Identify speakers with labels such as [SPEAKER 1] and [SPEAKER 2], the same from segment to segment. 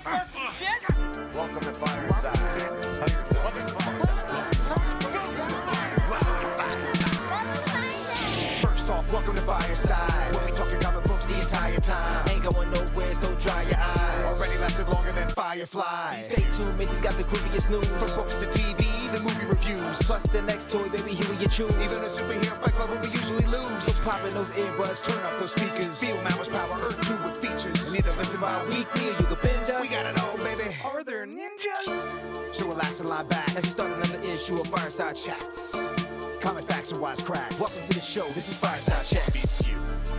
[SPEAKER 1] start some shit?
[SPEAKER 2] Welcome to Fireside.
[SPEAKER 3] First off, welcome to Fireside. When we talking comic books the entire time. Ain't going nowhere, so dry your eyes. Already lasted longer than Firefly. Stay tuned, Mitch's got the creepiest news. From books to TV, the movie reviews. Plus the next toy, baby, here we you choose. Even a superhero fight club where we usually lose. So pop in those earbuds, turn up those speakers. Feel Mama's power, Earth 2 with features. And either listen by weekly or you can binge us. We got it all, baby.
[SPEAKER 1] Are there ninjas?
[SPEAKER 3] So relax and lie back as we start another issue of Fireside Chats. Common facts and wise cracks. Welcome to the show. This is Fireside Chats.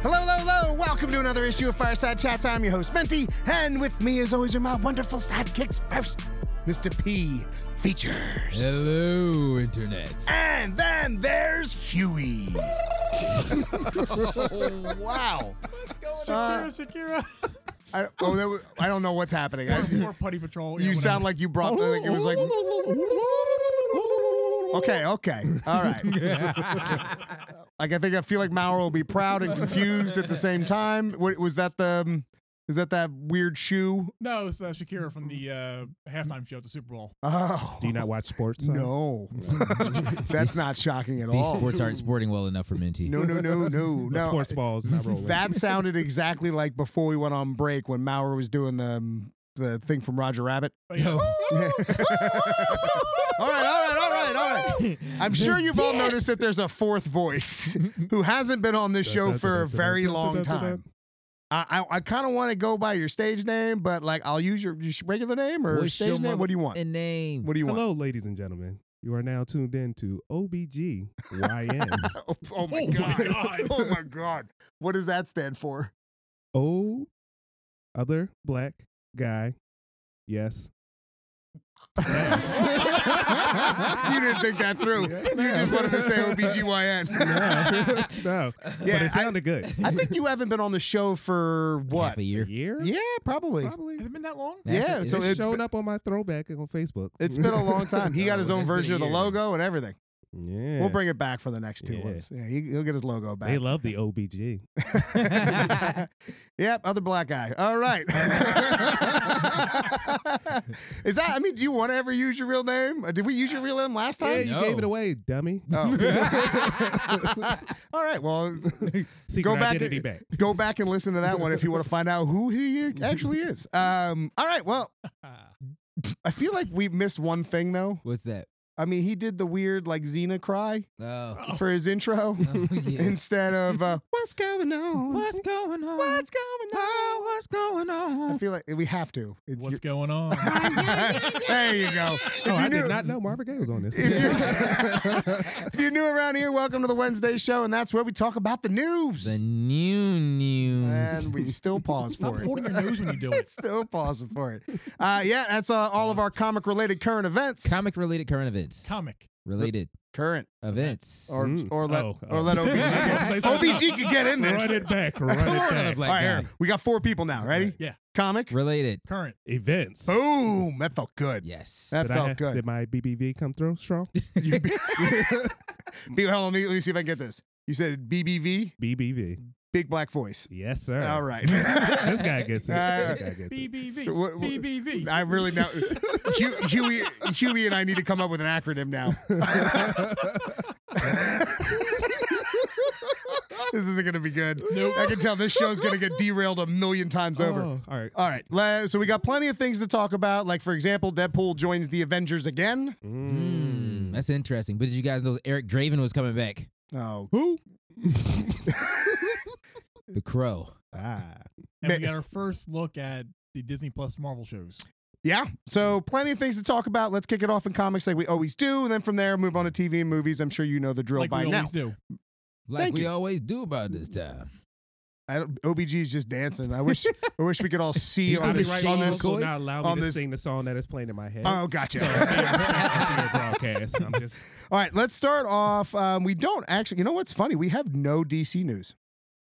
[SPEAKER 4] Hello, hello, hello. Welcome to another issue of Fireside Chats. I'm your host, Menti, and with me, as always, are my wonderful sidekicks. First, Mr. P features.
[SPEAKER 5] Hello, internet.
[SPEAKER 4] And then there's Huey. wow.
[SPEAKER 6] Shakira, Shakira.
[SPEAKER 4] I, oh, that was, I don't know what's happening. I-
[SPEAKER 6] More Putty Patrol. yeah,
[SPEAKER 4] you
[SPEAKER 6] whatever.
[SPEAKER 4] sound like you brought the, like, it was like. Okay, okay. All right. like I think I feel like Maurer will be proud and confused at the same time. What was that the um, is that that weird shoe?
[SPEAKER 6] No, it's uh, Shakira from the uh, halftime show at the Super Bowl.
[SPEAKER 4] Oh.
[SPEAKER 7] Do you not watch sports? uh? son?
[SPEAKER 4] No, that's not shocking at
[SPEAKER 5] These
[SPEAKER 4] all.
[SPEAKER 5] sports aren't sporting well enough for Minty.
[SPEAKER 4] No, no, no, no,
[SPEAKER 7] The
[SPEAKER 4] no.
[SPEAKER 7] sports balls not rolling.
[SPEAKER 4] That sounded exactly like before we went on break when Maurer was doing the um, the thing from Roger Rabbit.
[SPEAKER 6] But, yeah.
[SPEAKER 4] All right, all right, all right, all right. I'm sure you've all noticed that there's a fourth voice who hasn't been on this show for a very long time. I I, I kind of want to go by your stage name, but like I'll use your, your regular name or
[SPEAKER 5] What's your
[SPEAKER 4] stage name. What do you want?
[SPEAKER 5] motherfucking name.
[SPEAKER 4] What do you want?
[SPEAKER 7] Hello, ladies and gentlemen. You are now tuned in to OBGYN.
[SPEAKER 4] Oh, oh my god! oh my god! What does that stand for?
[SPEAKER 7] Old other black guy. Yes.
[SPEAKER 4] you didn't think that through.
[SPEAKER 7] Yes,
[SPEAKER 4] you just
[SPEAKER 7] ma'am.
[SPEAKER 4] wanted to say OBGYN.
[SPEAKER 7] No. no. but
[SPEAKER 4] Yeah, I-
[SPEAKER 7] it sounded good.
[SPEAKER 4] I think you haven't been on the show for what?
[SPEAKER 5] Half a year.
[SPEAKER 7] year?
[SPEAKER 4] Yeah, probably.
[SPEAKER 7] Probably.
[SPEAKER 6] Has it been that long?
[SPEAKER 4] Yeah,
[SPEAKER 5] Half
[SPEAKER 4] so
[SPEAKER 5] a-
[SPEAKER 7] So
[SPEAKER 5] it's-
[SPEAKER 7] it
[SPEAKER 4] it's
[SPEAKER 7] showed up on my throwback on Facebook.
[SPEAKER 4] It's been a long time. He got his
[SPEAKER 5] Oh,
[SPEAKER 4] own
[SPEAKER 5] it's been a
[SPEAKER 4] version of the
[SPEAKER 5] year.
[SPEAKER 4] logo and everything.
[SPEAKER 7] yeah.
[SPEAKER 4] We'll bring it back for the next two
[SPEAKER 7] Yeah.
[SPEAKER 4] ones. Yeah, he, he'll get his logo back.
[SPEAKER 7] They love the OBG.
[SPEAKER 4] yep, other black guy. All right. Is that? I mean, do you want to ever use your real name? Uh, Did we use your real name last
[SPEAKER 7] Yeah,
[SPEAKER 4] time?
[SPEAKER 7] you
[SPEAKER 5] No.
[SPEAKER 7] gave it away, dummy.
[SPEAKER 4] Oh. All right. Well,
[SPEAKER 7] Secret
[SPEAKER 4] back-
[SPEAKER 7] identity back.
[SPEAKER 4] go back and listen to that one if you want to find out who he actually is. Um, all right. Well, I feel like we missed one thing though.
[SPEAKER 5] What's that?
[SPEAKER 4] I mean, he did the weird like Xena cry
[SPEAKER 5] Oh.
[SPEAKER 4] for his intro
[SPEAKER 5] Oh, yeah.
[SPEAKER 4] instead of uh, "What's going on?
[SPEAKER 5] going on?
[SPEAKER 4] What's going on?"
[SPEAKER 5] Oh, what's going
[SPEAKER 4] I
[SPEAKER 5] on?
[SPEAKER 4] feel like we have to. It's
[SPEAKER 6] What's going on? I
[SPEAKER 4] there you go. If
[SPEAKER 7] Oh,
[SPEAKER 4] you
[SPEAKER 7] I
[SPEAKER 4] knew-
[SPEAKER 7] did not know Marvin Gaye was on this.
[SPEAKER 4] If you- if you're new around here, welcome to the Wednesday show, and that's where we talk about the news.
[SPEAKER 5] The new news.
[SPEAKER 4] and we still pause
[SPEAKER 6] am
[SPEAKER 4] for it.
[SPEAKER 6] holding your nose when you do it.
[SPEAKER 4] Still pausing for it. Uh, yeah, that's uh, all of our comic-related current events.
[SPEAKER 5] Comic related current events.
[SPEAKER 6] Comic.
[SPEAKER 5] related
[SPEAKER 4] current,
[SPEAKER 5] events.
[SPEAKER 4] or
[SPEAKER 7] Mm.
[SPEAKER 4] or let
[SPEAKER 7] Oh,
[SPEAKER 4] or
[SPEAKER 7] oh.
[SPEAKER 4] let OBG
[SPEAKER 6] Say
[SPEAKER 4] get,
[SPEAKER 6] something
[SPEAKER 4] OBG could get in
[SPEAKER 7] run
[SPEAKER 4] this.
[SPEAKER 7] it back.
[SPEAKER 5] Come on,
[SPEAKER 7] Run
[SPEAKER 5] another
[SPEAKER 7] it back.
[SPEAKER 5] black
[SPEAKER 4] All right,
[SPEAKER 5] guy.
[SPEAKER 4] here. we got four people now. Ready?
[SPEAKER 6] Yeah.
[SPEAKER 4] Comic.
[SPEAKER 5] Related.
[SPEAKER 6] Current.
[SPEAKER 7] Events.
[SPEAKER 4] Boom. That felt good.
[SPEAKER 5] Yes.
[SPEAKER 4] That
[SPEAKER 7] Did I
[SPEAKER 4] felt
[SPEAKER 7] have-
[SPEAKER 4] good.
[SPEAKER 7] Did my BBV come through strong?
[SPEAKER 4] Be- hold on, let me, let me see if I can get this. You said BBV,
[SPEAKER 7] BBV.
[SPEAKER 4] big black voice.
[SPEAKER 7] Yes, sir.
[SPEAKER 4] All right.
[SPEAKER 7] this guy gets it.
[SPEAKER 4] Uh,
[SPEAKER 7] this guy gets it.
[SPEAKER 6] BBV.
[SPEAKER 4] So what- what-
[SPEAKER 6] BBV.
[SPEAKER 4] I really now Hu- Huey, Huey and I need to come up with an acronym now. this isn't going to be good.
[SPEAKER 6] Nope.
[SPEAKER 4] I can tell this show's going to get derailed a million times over.
[SPEAKER 7] Oh, all right.
[SPEAKER 4] All right, le- so we got plenty of things to talk about. Like, for example, Deadpool joins the Avengers again. Hmm.
[SPEAKER 5] Mm, that's interesting. But did you guys know Eric Draven was coming back?
[SPEAKER 4] Oh, who?
[SPEAKER 5] The Crow.
[SPEAKER 7] Ah.
[SPEAKER 6] and we got our first look at the Disney Plus Marvel shows.
[SPEAKER 4] Yeah. So plenty of things to talk about. Let's kick it off in comics like we always do. And then from there, move on to TV and movies. I'm sure you know the drill
[SPEAKER 6] like
[SPEAKER 4] by
[SPEAKER 6] we
[SPEAKER 4] now.
[SPEAKER 6] always do.
[SPEAKER 5] Like
[SPEAKER 4] Thank
[SPEAKER 5] we
[SPEAKER 4] you.
[SPEAKER 5] always do about this time.
[SPEAKER 4] I don't, OBG is just dancing. I wish I wish we could all see on
[SPEAKER 7] I'll be
[SPEAKER 4] this.
[SPEAKER 7] right
[SPEAKER 4] on
[SPEAKER 7] on
[SPEAKER 4] this
[SPEAKER 7] this. not allow me
[SPEAKER 4] on
[SPEAKER 7] to
[SPEAKER 4] this-
[SPEAKER 7] sing the song that is playing in my head.
[SPEAKER 4] oh, gotcha.
[SPEAKER 7] So, I'm being respectful to your broadcast. I'm just
[SPEAKER 4] all right, let's start off. Um, we don't actually. You know what's funny? We have no DC news.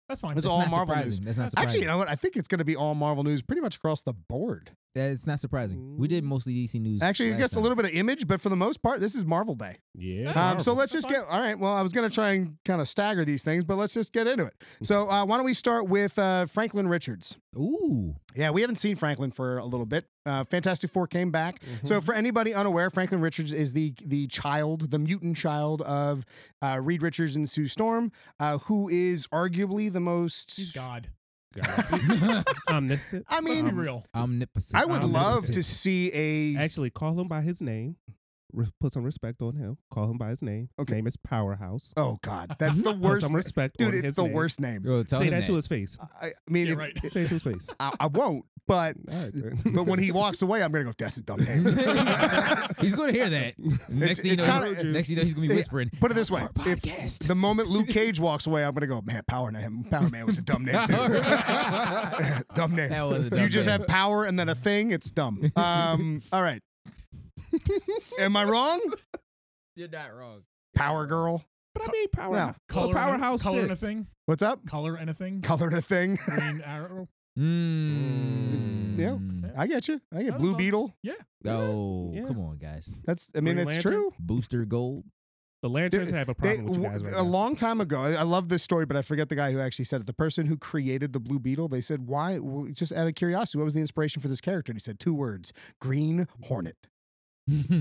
[SPEAKER 6] That's fine.
[SPEAKER 4] It's
[SPEAKER 6] That's
[SPEAKER 4] all
[SPEAKER 5] not
[SPEAKER 4] Marvel
[SPEAKER 5] surprising.
[SPEAKER 4] news.
[SPEAKER 5] That's not surprising.
[SPEAKER 4] Actually, you know what? I think it's going to be all Marvel news pretty much across the board.
[SPEAKER 5] That it's not surprising. We did mostly DC news.
[SPEAKER 4] Actually, it
[SPEAKER 5] last
[SPEAKER 4] gets a
[SPEAKER 5] time.
[SPEAKER 4] little bit of image, but for the most part, this is Marvel Day.
[SPEAKER 7] Yeah.
[SPEAKER 4] Um, so
[SPEAKER 7] Marvel.
[SPEAKER 4] let's just get all right. Well, I was gonna try and kind of stagger these things, but let's just get into it. So uh, why don't we start with uh, Franklin Richards?
[SPEAKER 5] Ooh,
[SPEAKER 4] Yeah, we haven't seen Franklin for a little bit. Uh, Fantastic Four came back.
[SPEAKER 7] Mm-hmm.
[SPEAKER 4] So for anybody unaware, Franklin Richards is the the child, the mutant child of uh, Reed Richards and Sue Storm, uh, who is arguably the
[SPEAKER 6] He's
[SPEAKER 4] most.
[SPEAKER 6] God.
[SPEAKER 7] omniscient.
[SPEAKER 4] I
[SPEAKER 6] Let's be
[SPEAKER 4] mean,
[SPEAKER 6] real.
[SPEAKER 5] omnipotent.
[SPEAKER 4] I would
[SPEAKER 7] I'm
[SPEAKER 4] love
[SPEAKER 5] Omnipotent.
[SPEAKER 4] to see a.
[SPEAKER 7] Actually, call him by his name. Re- put some respect on him. Call him by his name. His
[SPEAKER 4] Okay.
[SPEAKER 7] name is Powerhouse.
[SPEAKER 4] oh God, that's the
[SPEAKER 7] Put
[SPEAKER 4] worst.
[SPEAKER 7] some respect
[SPEAKER 4] Dude,
[SPEAKER 7] on
[SPEAKER 4] it's
[SPEAKER 7] his
[SPEAKER 4] the
[SPEAKER 7] name.
[SPEAKER 4] worst name.
[SPEAKER 5] Yo, tell
[SPEAKER 7] Say
[SPEAKER 5] him
[SPEAKER 7] that to his face.
[SPEAKER 4] I I mean,
[SPEAKER 6] Yeah,
[SPEAKER 4] it-
[SPEAKER 6] right.
[SPEAKER 7] Say it to his face.
[SPEAKER 4] I, I won't, but
[SPEAKER 7] All right, man.
[SPEAKER 4] but when he walks away, I'm gonna go. That's a dumb name.
[SPEAKER 5] he's gonna hear that. next, thing you
[SPEAKER 4] it's
[SPEAKER 5] know,
[SPEAKER 4] kinda-
[SPEAKER 5] next thing you know, he's gonna be
[SPEAKER 4] Yeah,
[SPEAKER 5] whispering.
[SPEAKER 4] Put it this way:
[SPEAKER 5] "Our
[SPEAKER 4] if
[SPEAKER 5] podcast."
[SPEAKER 4] the moment Luke Cage walks away, I'm gonna go, man. Power Man, Power Man was a dumb name too. dumb name.
[SPEAKER 5] That was a dumb
[SPEAKER 4] you just
[SPEAKER 5] name.
[SPEAKER 4] have power and then a thing. It's dumb. Um, all right. Am I wrong?
[SPEAKER 5] You're not wrong.
[SPEAKER 4] Power Girl.
[SPEAKER 7] But I mean,
[SPEAKER 4] Yeah.
[SPEAKER 7] Powerhouse.
[SPEAKER 6] Color,
[SPEAKER 7] Powerhouse.
[SPEAKER 6] color
[SPEAKER 7] fits.
[SPEAKER 6] anything?
[SPEAKER 4] What's up?
[SPEAKER 6] Color anything?
[SPEAKER 4] Colored a thing.
[SPEAKER 6] Green Arrow?
[SPEAKER 5] Mm.
[SPEAKER 4] Yeah. I get you. I
[SPEAKER 6] I
[SPEAKER 4] get
[SPEAKER 6] don't
[SPEAKER 4] Blue
[SPEAKER 6] know.
[SPEAKER 4] Beetle.
[SPEAKER 5] Oh,
[SPEAKER 7] Yeah.
[SPEAKER 5] come on, guys.
[SPEAKER 4] That's. I mean,
[SPEAKER 7] Green
[SPEAKER 4] it's
[SPEAKER 7] Lantern?
[SPEAKER 4] true.
[SPEAKER 5] Booster Gold.
[SPEAKER 7] The Lanterns have a
[SPEAKER 4] They-
[SPEAKER 7] problem with you guys
[SPEAKER 4] w-
[SPEAKER 7] right
[SPEAKER 4] a
[SPEAKER 7] now.
[SPEAKER 4] long time ago, I, I love this story, but I forget the guy who actually said it. The person who created the Blue Beetle, they said, "Why?" w- Just out of curiosity, what was the inspiration for this character? And he said two words: Green Hornet.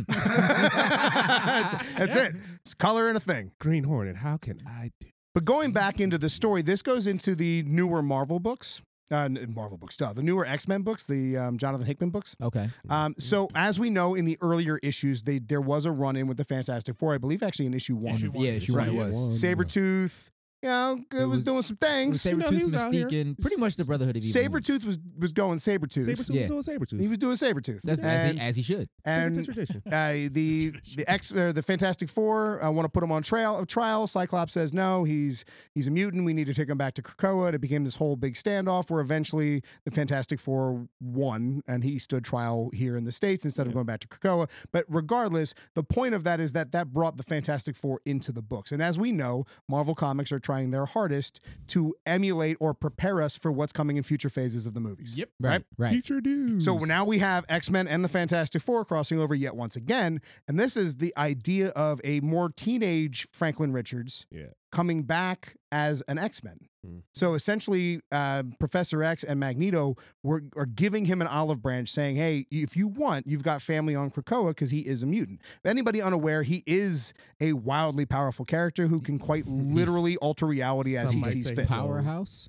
[SPEAKER 4] that's that's it. It's color and a thing.
[SPEAKER 7] Green Hornet. How can I do?
[SPEAKER 4] But going back into the story, this goes into the newer Marvel books. Uh, n- Marvel books, duh, the newer X Men books, the um, Jonathan Hickman books.
[SPEAKER 5] okay.
[SPEAKER 4] Um, so,
[SPEAKER 5] Mm-hmm.
[SPEAKER 4] as we know in the earlier issues, they, there was a run in with the Fantastic Four, I believe, actually in issue one.
[SPEAKER 6] Issue one.
[SPEAKER 5] Um, Yeah, she right.
[SPEAKER 4] Right.
[SPEAKER 5] was.
[SPEAKER 4] Sabretooth, you know, it
[SPEAKER 5] It
[SPEAKER 4] was,
[SPEAKER 5] was-
[SPEAKER 4] doing some things.
[SPEAKER 7] You know,
[SPEAKER 5] Sabretooth,
[SPEAKER 7] he was out here.
[SPEAKER 5] Mystique, and pretty much the Brotherhood of Evil.
[SPEAKER 4] Sabretooth was was going Sabretooth.
[SPEAKER 7] Sabretooth
[SPEAKER 5] Yeah.
[SPEAKER 7] was doing Sabretooth.
[SPEAKER 4] He was doing Sabretooth.
[SPEAKER 5] That's as
[SPEAKER 4] and,
[SPEAKER 5] he, as he should.
[SPEAKER 7] Stick it to
[SPEAKER 4] and,
[SPEAKER 7] tradition.
[SPEAKER 4] uh, the the ex uh, the Fantastic Four uh, want to put him on trail of trial. Cyclops says no, he's he's a mutant. We need to take him back to Krakoa. And It became this whole big standoff where eventually the Fantastic Four won, and he stood trial here in the states instead of going back to Krakoa. But regardless, the point of that is that that brought the Fantastic Four into the books, and as we know, Marvel Comics are trying their hardest to emulate or prepare us for what's coming in future phases of the movies.
[SPEAKER 6] Yep.
[SPEAKER 5] Right. Right.
[SPEAKER 7] Future dudes.
[SPEAKER 4] So now we have X Men and the Fantastic Four crossing over yet once again. And this is the idea of a more teenage Franklin Richards
[SPEAKER 7] Yeah.
[SPEAKER 4] coming back as an X Men.
[SPEAKER 7] Mhm.
[SPEAKER 4] So essentially, uh, Professor X and Magneto were, are giving him an olive branch saying, hey, if you want, you've got family on Krakoa because he is a mutant. If anybody unaware, he is a wildly powerful character who can quite literally alter reality as
[SPEAKER 7] Some
[SPEAKER 4] he
[SPEAKER 7] might
[SPEAKER 4] sees
[SPEAKER 7] say
[SPEAKER 4] fit.
[SPEAKER 5] Powerhouse.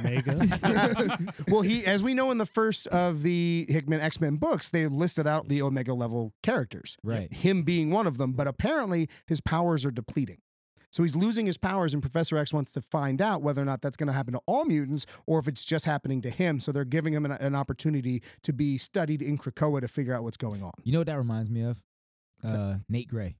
[SPEAKER 7] Omega.
[SPEAKER 4] well, he, as we know in the first of the Hickman X Men books, they listed out the Omega level characters,
[SPEAKER 5] Right.
[SPEAKER 4] him being one of them, but apparently his powers are depleting. So he's losing his powers, and Professor X wants to find out whether or not that's going to happen to all mutants or if it's just happening to him. So they're giving him an, an opportunity to be studied in Krakoa to figure out what's going on.
[SPEAKER 5] You know what that reminds me of? Uh, Nate Gray.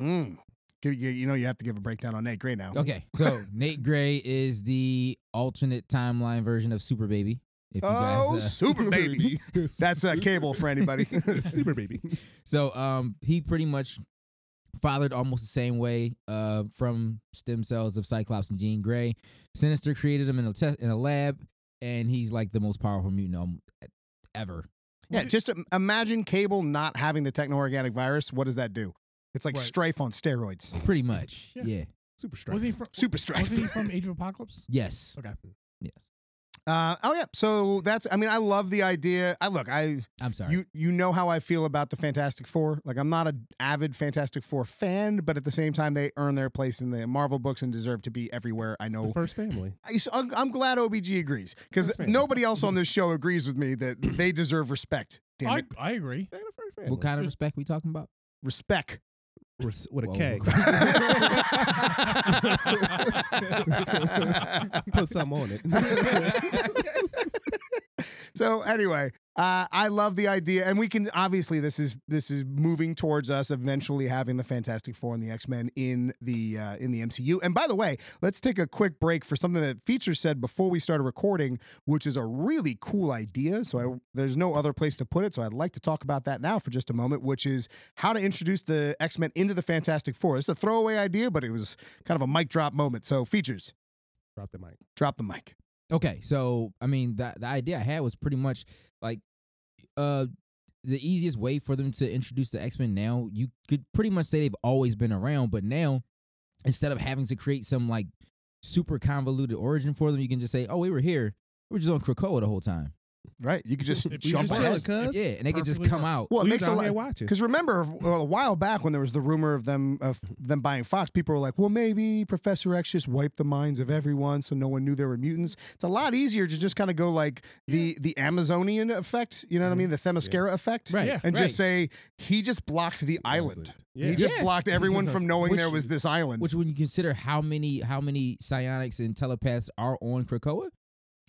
[SPEAKER 4] Mm. You, you- you know, you have to give a breakdown on Nate Gray now.
[SPEAKER 5] Hmm. Okay, so Nate Gray is the alternate timeline version of Super Baby. If you
[SPEAKER 4] Oh,
[SPEAKER 5] guys, uh,
[SPEAKER 4] Super Baby. That's a cable for anybody.
[SPEAKER 7] Super baby.
[SPEAKER 5] So um, he pretty much fathered almost the same way uh, from stem cells of Cyclops and Jean Grey. Sinister created him in a test in a lab, and he's like the most powerful mutant um, ever.
[SPEAKER 4] Yeah, just im- imagine Cable not having the techno organic virus. What does that do? It's like
[SPEAKER 6] Right.
[SPEAKER 4] strife on steroids.
[SPEAKER 5] Pretty much, yeah.
[SPEAKER 6] Yeah.
[SPEAKER 7] Super strong.
[SPEAKER 6] Wasn't he from,
[SPEAKER 4] Super strife.
[SPEAKER 6] wasn't he from Age of Apocalypse?
[SPEAKER 5] Yes.
[SPEAKER 6] Okay.
[SPEAKER 5] Yes.
[SPEAKER 4] Uh, oh yeah. So that's. I mean, I love the idea. I look. I
[SPEAKER 5] I'm sorry.
[SPEAKER 4] you you know how I feel about the Fantastic Four. Like I'm not an avid Fantastic Four fan, but at the same time, they earn their place in the Marvel books and deserve to be everywhere. I know.
[SPEAKER 7] the first family?
[SPEAKER 4] I, so I'm I'm glad OBG agrees because
[SPEAKER 7] That's fair.
[SPEAKER 4] nobody else on this show agrees with me that they deserve respect. Damn
[SPEAKER 6] I,
[SPEAKER 4] it,
[SPEAKER 6] I agree.
[SPEAKER 7] They're the first family.
[SPEAKER 5] what kind of
[SPEAKER 6] Just-
[SPEAKER 5] respect we talking about?
[SPEAKER 4] respect.
[SPEAKER 7] Res- with a
[SPEAKER 5] Whoa.
[SPEAKER 7] K. Put some on it.
[SPEAKER 4] So anyway, uh, I love the idea, and we can obviously this is this is moving towards us eventually having the Fantastic Four and the X Men in the uh, in the MCU. And by the way, let's take a quick break for something that Feature said before we started recording, which is a really cool idea. So I, there's no other place to put it. So I'd like to talk about that now for just a moment, which is how to introduce the X Men into the Fantastic Four. It's a throwaway idea, but it was kind of a mic drop moment. So Features,
[SPEAKER 7] Drop the mic.
[SPEAKER 4] drop the mic.
[SPEAKER 5] Okay, so I mean, the the idea I had was pretty much like uh the easiest way for them to introduce the X-Men now, you could pretty much say they've always been around, but now instead of having to create some like super convoluted origin for them, you can just say, "Oh, we were here. We were just on Krakoa the whole time."
[SPEAKER 4] right? You could just
[SPEAKER 6] We
[SPEAKER 4] jump
[SPEAKER 7] just
[SPEAKER 4] on
[SPEAKER 7] chill,
[SPEAKER 4] it.
[SPEAKER 7] cuz.
[SPEAKER 5] yeah, and they could just
[SPEAKER 6] perfectly
[SPEAKER 5] come
[SPEAKER 6] fine.
[SPEAKER 5] out.
[SPEAKER 4] Well, it
[SPEAKER 7] we
[SPEAKER 4] makes
[SPEAKER 7] was
[SPEAKER 4] a
[SPEAKER 7] out here
[SPEAKER 4] lot.
[SPEAKER 7] watching.
[SPEAKER 4] Because remember, well, a while back when there was the rumor of them of them buying Fox, people were like, "Well, maybe Professor X just wiped the minds of everyone, so no one knew there were mutants." It's a lot easier to just kind of go like the the Amazonian effect, you know what I mean, the Themyscira effect,
[SPEAKER 5] Right, Yeah.
[SPEAKER 4] And just
[SPEAKER 5] right.
[SPEAKER 4] say he just blocked the island.
[SPEAKER 7] Yeah.
[SPEAKER 4] He just
[SPEAKER 5] Yeah.
[SPEAKER 4] blocked everyone from knowing
[SPEAKER 5] Which-
[SPEAKER 4] there was this island.
[SPEAKER 5] Which, when you consider how many how many psionics and telepaths are on Krakoa,